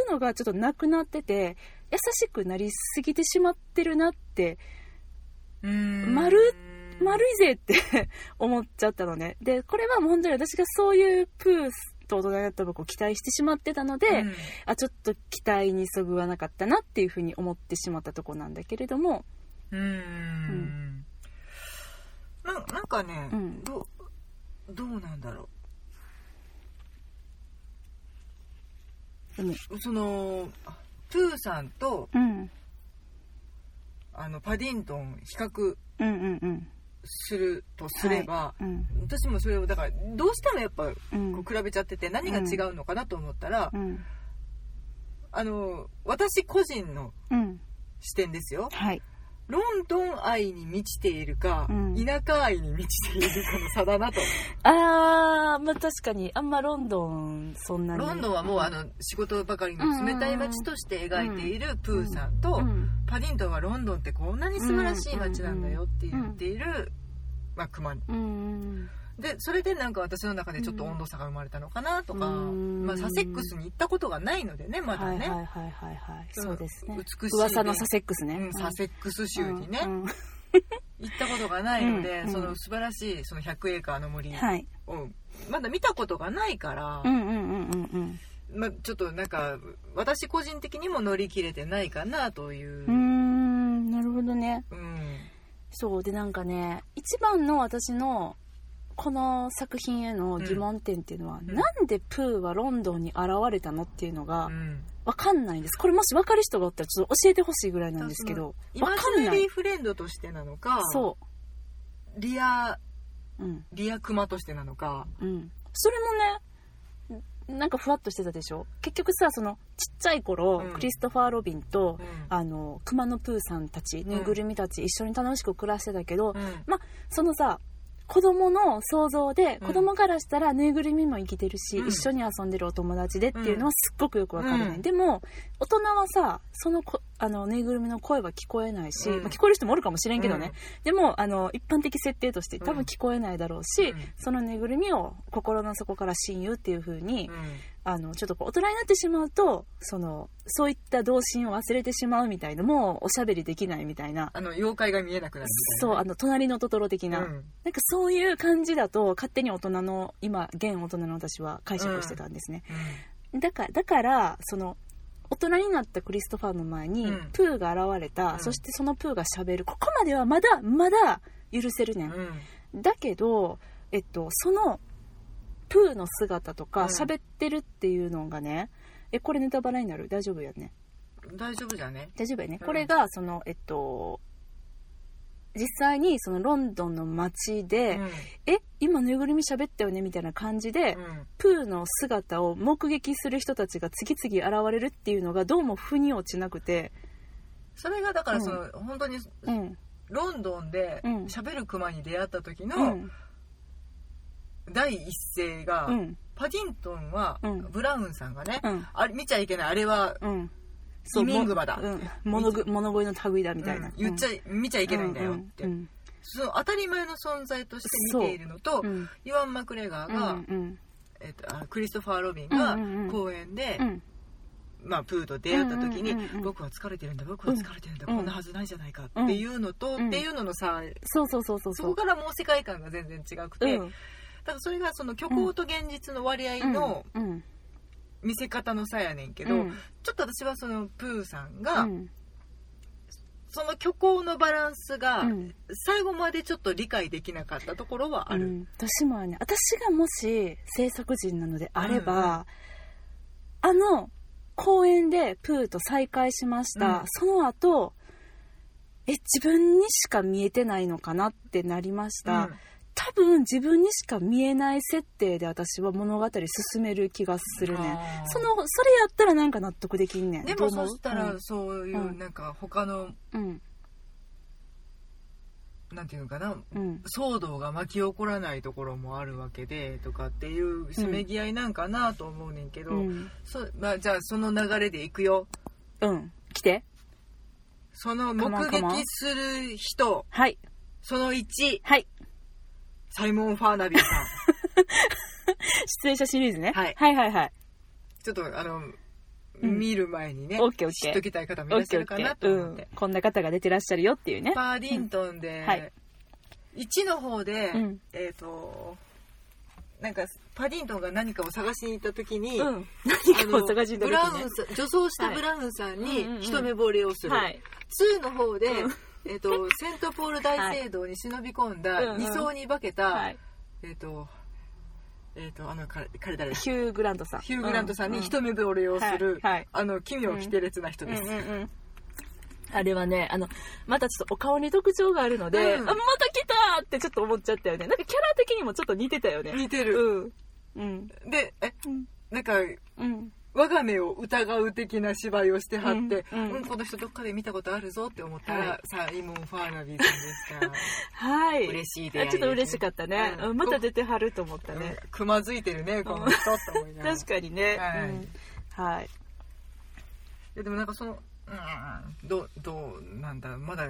Speaker 1: うのがちょっとなくなってて優しくなりすぎてしまってるなって
Speaker 2: うん
Speaker 1: 丸丸いぜって <laughs> 思っちゃったのね。で、これはもう本当に私がそういうプースと大人になった僕を期待してしまってたので、
Speaker 2: うん
Speaker 1: あ、ちょっと期待にそぐわなかったなっていうふうに思ってしまったとこなんだけれども、
Speaker 2: うーんななんかね、
Speaker 1: うん
Speaker 2: どどうなんだろ
Speaker 1: でも
Speaker 2: うそのあトゥーさんと
Speaker 1: うん
Speaker 2: あのパディントン比較
Speaker 1: うんうんうん
Speaker 2: するとすれば、
Speaker 1: うん
Speaker 2: 私もそれをだからどうしてもやっぱこ
Speaker 1: うん
Speaker 2: う比べちゃってて何が違うのかなと思ったら、
Speaker 1: うん
Speaker 2: あの私個人の
Speaker 1: うん
Speaker 2: 視点ですよ
Speaker 1: はい
Speaker 2: ロンドン愛に満ちているか、
Speaker 1: うん
Speaker 2: 田舎愛に満ちているかの差だなと
Speaker 1: あーまあ確かにあんまロンドンそ <laughs> んなに
Speaker 2: ロンドンはもうあの仕事ばかりの冷たい街として描いているプーさんと、
Speaker 1: うん
Speaker 2: パディントンはロンドンってこんなに素晴らしい街なんだよって言っている、まあ、クマに
Speaker 1: うん
Speaker 2: でそれでなんか私の中でちょっと温度差が生まれたのかなとか、
Speaker 1: うん
Speaker 2: まあ、サセックスに行ったことがないのでねまだ
Speaker 1: はい
Speaker 2: ね、
Speaker 1: はいはいはいはいそうですね
Speaker 2: 美しい
Speaker 1: 噂のサセックスね、
Speaker 2: うんサセックス州にね、
Speaker 1: うんうん
Speaker 2: 行ったことがないので、
Speaker 1: うん
Speaker 2: その素晴らしいその100エーカーの森を
Speaker 1: はい
Speaker 2: まだ見たことがないから
Speaker 1: う、んうんうんうんうん
Speaker 2: まあ、ちょっとなんか私個人的にも乗り切れてないかなという
Speaker 1: うー、んなるほどね
Speaker 2: うん
Speaker 1: そうでなんかね一番の私のこの作品への疑問点っていうのは、
Speaker 2: ん
Speaker 1: なんでプーはロンドンに現れたのっていうのが
Speaker 2: うん
Speaker 1: わかんないんですこれもし分かる人がおったらちょっと教えてほしいぐらいなんですけど
Speaker 2: イ
Speaker 1: わ
Speaker 2: マ
Speaker 1: か
Speaker 2: ジ
Speaker 1: ん
Speaker 2: ナ
Speaker 1: な
Speaker 2: リー
Speaker 1: い
Speaker 2: フレンドとしてなのか
Speaker 1: そ
Speaker 2: リア
Speaker 1: ううん
Speaker 2: リアクマとしてなのか
Speaker 1: うんそれもねなんかふわっとしてたでしょ結局さそのちっちゃい頃、
Speaker 2: うん
Speaker 1: クリストファー・ロビンと、
Speaker 2: うん
Speaker 1: あの熊野プーさんたちぬいぐるみたち一緒に楽しく暮らしてたけど、
Speaker 2: うん
Speaker 1: そのさ子供の想像で
Speaker 2: うん
Speaker 1: 子供からしたらぬいぐるみも生きてるし、
Speaker 2: うん
Speaker 1: 一緒に遊んでるお友達でっていうの
Speaker 2: う
Speaker 1: は
Speaker 2: ん
Speaker 1: すっごくよくわかるね、
Speaker 2: うん
Speaker 1: でも大人はさそのこあのぬいぐるみの声は聞こえないし、
Speaker 2: うん
Speaker 1: まあ聞こえる人もおるかもしれんけどね、でもあの一般的設定として多分
Speaker 2: うん
Speaker 1: 聞こえないだろうし、
Speaker 2: うん
Speaker 1: そのぬいぐるみを心の底から親友っていう風に、
Speaker 2: うん
Speaker 1: あのちょっとこう大人になってしまうとそのそういった童心を忘れてしまうみたいなもうおしゃべりできないみたいな。
Speaker 2: あの妖怪が見えなくなる
Speaker 1: そうあの隣のトトロ的
Speaker 2: みた
Speaker 1: な、
Speaker 2: いなうん
Speaker 1: なんかそういう感じだと勝手に大人の今現大人の私は解釈をしてたんですね、だからだからその大人になったクリストファーの前に
Speaker 2: うん
Speaker 1: プーが現れた、
Speaker 2: うん
Speaker 1: そしてそのプーがしゃべるここまではまだまだ許せるねん、
Speaker 2: うんうん
Speaker 1: だけど、えっと、そのプーの姿と
Speaker 2: う
Speaker 1: か
Speaker 2: ん
Speaker 1: 喋ってるっていうのがね、えこれネタバレになる大丈夫やね
Speaker 2: 大丈夫じゃね
Speaker 1: 大丈夫やね、
Speaker 2: うん
Speaker 1: これがそのえっと実際にそのロンドンの街で、
Speaker 2: うん
Speaker 1: え今ぬいぐるみ喋ったよねみたいな感じで、
Speaker 2: うん
Speaker 1: プーの姿を目撃する人たちが次々現れるっていうのがどうも腑に落ちなくて
Speaker 2: それがだからその、本当に
Speaker 1: うん
Speaker 2: ロンドンで
Speaker 1: うん
Speaker 2: 喋るクマに出会った時
Speaker 1: う
Speaker 2: の
Speaker 1: ん
Speaker 2: 第一声が、
Speaker 1: うん
Speaker 2: パディントンは、
Speaker 1: うん
Speaker 2: ブラウンさんがね、
Speaker 1: うん
Speaker 2: あれ見ちゃいけないあれは
Speaker 1: うん
Speaker 2: イミングマだ、
Speaker 1: もうん物ぐ物乞いの類だみたいな、
Speaker 2: うん言っちゃい見ちゃい
Speaker 1: い
Speaker 2: けないんだよって、
Speaker 1: うん
Speaker 2: その当たり前の存在として見ているのと、
Speaker 1: うんうん
Speaker 2: イワン・マクレガーが、
Speaker 1: うん
Speaker 2: えっと、あクリストファー・ロビンが
Speaker 1: うんうんうん
Speaker 2: 公園で、
Speaker 1: うん
Speaker 2: まあ、プーと出会った時に、
Speaker 1: うんうんうんうん
Speaker 2: 僕は疲れてるんだ僕は疲れてるんだ、
Speaker 1: うん
Speaker 2: こんなはずないじゃないかっていうのと、
Speaker 1: うん
Speaker 2: っていうののさ
Speaker 1: そうそうそうそう
Speaker 2: そうこからもう世界観が全然違くて、
Speaker 1: うん
Speaker 2: ただそれがその虚構と現実の割合の
Speaker 1: うん
Speaker 2: 見せ方の差やねんけど、
Speaker 1: うん
Speaker 2: ちょっと私はそのプーさん
Speaker 1: う
Speaker 2: が、
Speaker 1: ん
Speaker 2: その虚構のバランスが
Speaker 1: うん
Speaker 2: 最後までちょっと理解できなかったところはある、
Speaker 1: うん、私もね私がもし制作人なのであれば、あの公園でプーと再会しました、
Speaker 2: うん
Speaker 1: その後え自分にしか見えてないのかなってなりまし
Speaker 2: うん
Speaker 1: た、多分自分にしか見えない設定で私は物語進める気がするね
Speaker 2: あー
Speaker 1: そのそれやったらなんか納得できんねん
Speaker 2: で
Speaker 1: ど
Speaker 2: も
Speaker 1: 思
Speaker 2: そしたら
Speaker 1: う
Speaker 2: そうい
Speaker 1: うん
Speaker 2: うなんか他の
Speaker 1: うん
Speaker 2: なんていうのかな
Speaker 1: うん
Speaker 2: 騒動が巻き起こらないところもあるわけでとかっていうせめぎ合いなんかなと思うねんけど、
Speaker 1: うん、
Speaker 2: そまあ、じゃあその流れでいくよ
Speaker 1: うん、来て
Speaker 2: その目
Speaker 1: カモンカモン
Speaker 2: 撃する人
Speaker 1: はい
Speaker 2: その1
Speaker 1: はい
Speaker 2: サイモン・ファーナビ
Speaker 1: <laughs>
Speaker 2: ーさん
Speaker 1: 出演者シリーズね、
Speaker 2: はい
Speaker 1: はいはいはい
Speaker 2: ちょっとあの、
Speaker 1: うん
Speaker 2: 見る前にね
Speaker 1: オッケーオッ
Speaker 2: 知
Speaker 1: ケー
Speaker 2: っときたい方もい
Speaker 1: オ
Speaker 2: らっ
Speaker 1: ッ
Speaker 2: し
Speaker 1: ケ
Speaker 2: ゃ
Speaker 1: ーオ
Speaker 2: る
Speaker 1: ッ
Speaker 2: か
Speaker 1: ケ
Speaker 2: な
Speaker 1: ー
Speaker 2: と
Speaker 1: う
Speaker 2: 思って、
Speaker 1: ん、こんな方が出てらっしゃるよっていうね
Speaker 2: パーディントンで、
Speaker 1: はい
Speaker 2: 1の方で、
Speaker 1: うん
Speaker 2: えっ、となんかパディントンが何かを探しに行った時に、
Speaker 1: うん何かを探しに
Speaker 2: あのブラウン
Speaker 1: ね
Speaker 2: さん女装したブラウンさん
Speaker 1: はい
Speaker 2: に
Speaker 1: うんうんうん
Speaker 2: 一目惚れをする、
Speaker 1: はい
Speaker 2: 2の方で、えっとセントポール大聖堂に忍び込ん
Speaker 1: はいうん
Speaker 2: だ
Speaker 1: うん
Speaker 2: 二層に化けた、
Speaker 1: はい
Speaker 2: えっとえっ、とあの彼彼誰だ
Speaker 1: ヒュー・グラントさん
Speaker 2: ヒュー・グラントさんに
Speaker 1: う
Speaker 2: 一目惚れをする、
Speaker 1: はいはい
Speaker 2: あの奇妙奇天烈な人
Speaker 1: うん
Speaker 2: です、
Speaker 1: うんうんうんあれはねあのまたちょっとお顔に特徴があるので、
Speaker 2: うん
Speaker 1: あまた来たってちょっと思っちゃったよねなんかキャラ的にもちょっと似てたよね
Speaker 2: 似てる、
Speaker 1: うんうん
Speaker 2: でえ
Speaker 1: うん
Speaker 2: なんか
Speaker 1: うん
Speaker 2: 我が目を疑う的な芝居をしてはって、
Speaker 1: う
Speaker 2: うんん
Speaker 1: うん
Speaker 2: この人どっかで見たことあるぞって思ったら、
Speaker 1: はい
Speaker 2: サイモン・ファーナビーさんでし
Speaker 1: <laughs>
Speaker 2: た
Speaker 1: はい
Speaker 2: 嬉しい出会い
Speaker 1: あ
Speaker 2: です
Speaker 1: ちょっと嬉しかったね、
Speaker 2: うん
Speaker 1: うんまた出てはると思ったね、
Speaker 2: うんくまずいてるねこの人って思いながら
Speaker 1: 確かにね
Speaker 2: はい
Speaker 1: うんはい
Speaker 2: いやでもなんかそのうんどうどうなんだまだ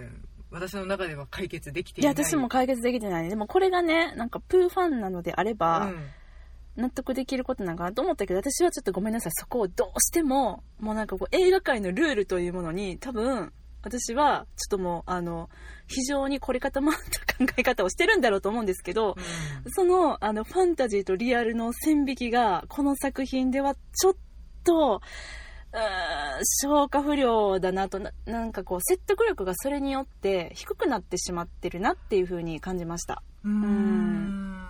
Speaker 2: 私の中では解決できて
Speaker 1: い
Speaker 2: いな
Speaker 1: や
Speaker 2: い
Speaker 1: 私も解決できてないねでもこれがねなんかプーファンなのであれば、
Speaker 2: うん
Speaker 1: 納得できることなんかなと思ったけど私はちょっとごめんなさいそこをどうしてももうなんかこう映画界のルールというものに多分私はちょっともうあの非常に凝り固まった考え方をしてるんだろうと思うんですけど、そのあのファンタジーとリアルの線引きがこの作品ではちょっとうーん消化不良だなとななんかこう説得力がそれによって低くなってしまってるなっていう風に感じました
Speaker 2: うん
Speaker 1: う
Speaker 2: うんん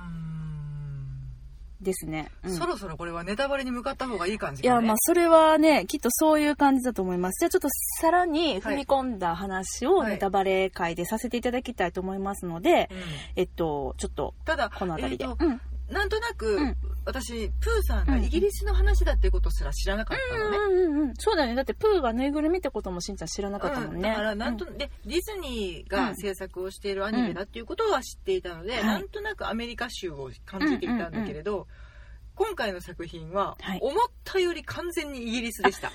Speaker 1: ですね、うん
Speaker 2: そろそろこれはネタバレに向かった方がいい感じ
Speaker 1: い
Speaker 2: か、ね、
Speaker 1: や、まあ、それはね、きっとそういう感じだと思います。じゃあ、ちょっとさらに踏み込んだ話を
Speaker 2: はい
Speaker 1: ネタバレ会でさせていただきたいと思いますので、
Speaker 2: うん
Speaker 1: えっと、ちょっと、
Speaker 2: ただ
Speaker 1: この辺りで。
Speaker 2: えーと
Speaker 1: うん
Speaker 2: なんとなく、
Speaker 1: うん
Speaker 2: 私プーさんがイギリスの話だっていうことすら知らなかったのね、
Speaker 1: うんうんうん。そうだよね。だって、プーがぬいぐるみってこともしんちゃん知らなかったもんね。
Speaker 2: だからなんと、でディズニーが制作をしているアニメだっていうことは知っていたので、
Speaker 1: うん
Speaker 2: なんとなくアメリカ州を感じていたんだけれど、今回の作品は
Speaker 1: はい
Speaker 2: 思ったより完全にイギリスでした、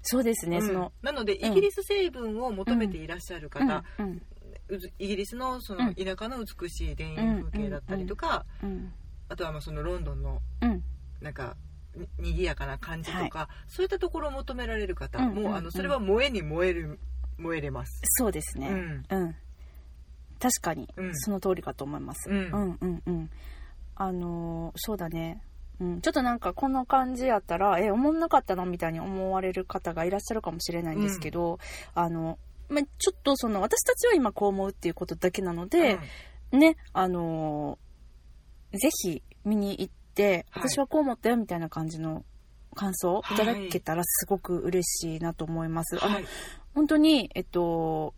Speaker 1: そうですね、
Speaker 2: うん
Speaker 1: その、
Speaker 2: なので
Speaker 1: うん
Speaker 2: イギリス成分を求めていらっしゃる
Speaker 1: うん
Speaker 2: 方、、
Speaker 1: うん、
Speaker 2: うずイギリスのそうの
Speaker 1: ん
Speaker 2: 田舎の美しい田園風景だったりとか、
Speaker 1: うん、
Speaker 2: あとはまあそのロンドンの
Speaker 1: うん、
Speaker 2: なんかに賑やかな感じとか、そういったところを求められる方、
Speaker 1: うん
Speaker 2: もう
Speaker 1: う
Speaker 2: あ
Speaker 1: んうん
Speaker 2: のそれは燃えに燃える燃えれます、
Speaker 1: そうですね。
Speaker 2: うん
Speaker 1: うん、確かに、
Speaker 2: うん
Speaker 1: その通りかと思います、
Speaker 2: うん
Speaker 1: うんうんうんあのーそうだね、うん、ちょっとなんかこの感じやったらえ思んなかったのみたいに思われる方がいらっしゃるかもしれないんですけど、あのまあ、ちょっとその私たちは今こう思うっていうことだけなので、ねあのーぜひ見に行って、
Speaker 2: はい
Speaker 1: 私はこう思ったよみたいな感じの感想をいただけたらすごく嬉しいなと思います、
Speaker 2: うん
Speaker 1: あの
Speaker 2: はい、
Speaker 1: 本当にえっと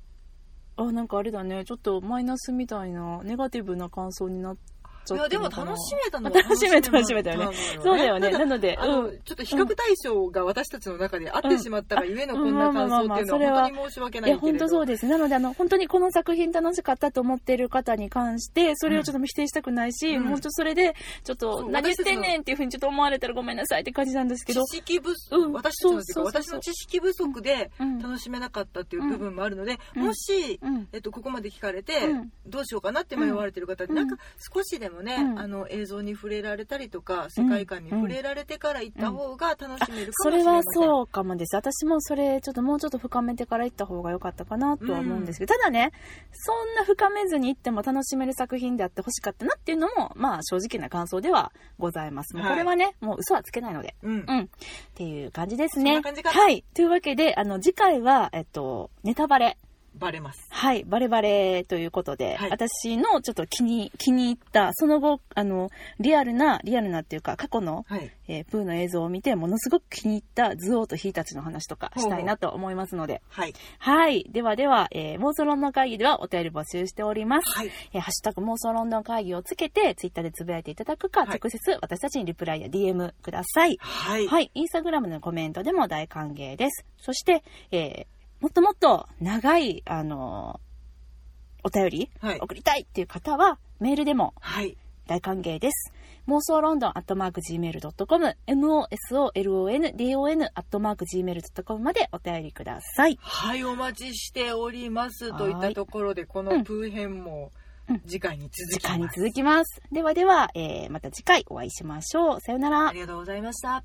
Speaker 1: あなんかあれだねちょっとマイナスみたいなネガティブな感想になっちゃ
Speaker 2: い
Speaker 1: っ
Speaker 2: や
Speaker 1: た
Speaker 2: でも
Speaker 1: のかな
Speaker 2: 楽しめたの
Speaker 1: <laughs> 楽しめた楽しめたよね
Speaker 2: ね
Speaker 1: そうだよね
Speaker 2: なんか
Speaker 1: なので
Speaker 2: あ
Speaker 1: う
Speaker 2: の
Speaker 1: ん
Speaker 2: ちょっと比較対象が私たちの中で合っ
Speaker 1: うん
Speaker 2: てしまったがゆえのこんな感想っていうの
Speaker 1: うんまあまあまあまあ
Speaker 2: は本当に申し訳ないい
Speaker 1: や
Speaker 2: け
Speaker 1: 本
Speaker 2: れど
Speaker 1: 当そうですなのであの本当にこの作品楽しかったと思っている方に関してそれをちょっと否定したくないし、
Speaker 2: うん
Speaker 1: もうちょっとそれでちょっと
Speaker 2: そう
Speaker 1: 何言ってんねんっていうふうにちょっと思われたらごめんなさいって感じなんですけど、
Speaker 2: 知識不足、
Speaker 1: うん
Speaker 2: 私たちのっていう
Speaker 1: そうそうそ
Speaker 2: か
Speaker 1: う
Speaker 2: 私の知識不足で
Speaker 1: うん
Speaker 2: 楽しめなかったっていう部分もあるので、
Speaker 1: うん
Speaker 2: もし、
Speaker 1: うん
Speaker 2: えっと、ここまで聞かれて、
Speaker 1: うん
Speaker 2: どうしようかなって迷われてる方っ
Speaker 1: う
Speaker 2: て、
Speaker 1: ん
Speaker 2: なんか少しでもね、
Speaker 1: うん
Speaker 2: あの映像に触れられたりとか
Speaker 1: うん
Speaker 2: 世界観に触れられてから行った方が楽しめるか
Speaker 1: そ
Speaker 2: もし
Speaker 1: れ
Speaker 2: れま
Speaker 1: は
Speaker 2: せん、
Speaker 1: そうかもです私もそれちょっともうちょっと深めてから行った方が良かったかなとは思うんですけど、ただねそんな深めずに行っても楽しめる作品であってほしかったなっていうのもまあ正直な感想ではございますもう
Speaker 2: はい
Speaker 1: これはね、もう嘘はつけないので
Speaker 2: うん
Speaker 1: うんっていう感じですね
Speaker 2: そんな感じかな
Speaker 1: はいというわけであの次回はえっとネタバレ
Speaker 2: バレます
Speaker 1: はい、バレバレということで、
Speaker 2: はい
Speaker 1: 私のちょっと気に気に入ったその後あのリアルなリアルなっていうか過去の
Speaker 2: はい
Speaker 1: えープーの映像を見てものすごく気に入ったズオーとヒーたちの話とかしたいなと思いますので。
Speaker 2: はい
Speaker 1: はい。ではでは、えー妄想ロンドン会議ではお便り募集しております。
Speaker 2: はい
Speaker 1: えーハッシュタグ妄想ロンドン会議をつけて、ツイッターでつぶやいていただくか、
Speaker 2: はい
Speaker 1: 直接私たちにリプライや DM ください。
Speaker 2: はい、
Speaker 1: はい。インスタグラムのコメントでも大歓迎です。そして、えーもっともっと長い、あのーお便り、
Speaker 2: はい
Speaker 1: 送りたいっていう方は、メールでも
Speaker 2: はい
Speaker 1: 大歓迎です。妄想ロンドンアットマーク Gmail.com、MOSOLONDON アットマーク Gmail.com までお便りください。
Speaker 2: はい、お待ちしております
Speaker 1: はい
Speaker 2: といったところでこ
Speaker 1: うん
Speaker 2: のプー編も
Speaker 1: うん
Speaker 2: 次回に続
Speaker 1: 時
Speaker 2: きます、
Speaker 1: 間に続きます。ではでは、えーまた次回お会いしましょう。さようなら
Speaker 2: あ。りがとうございました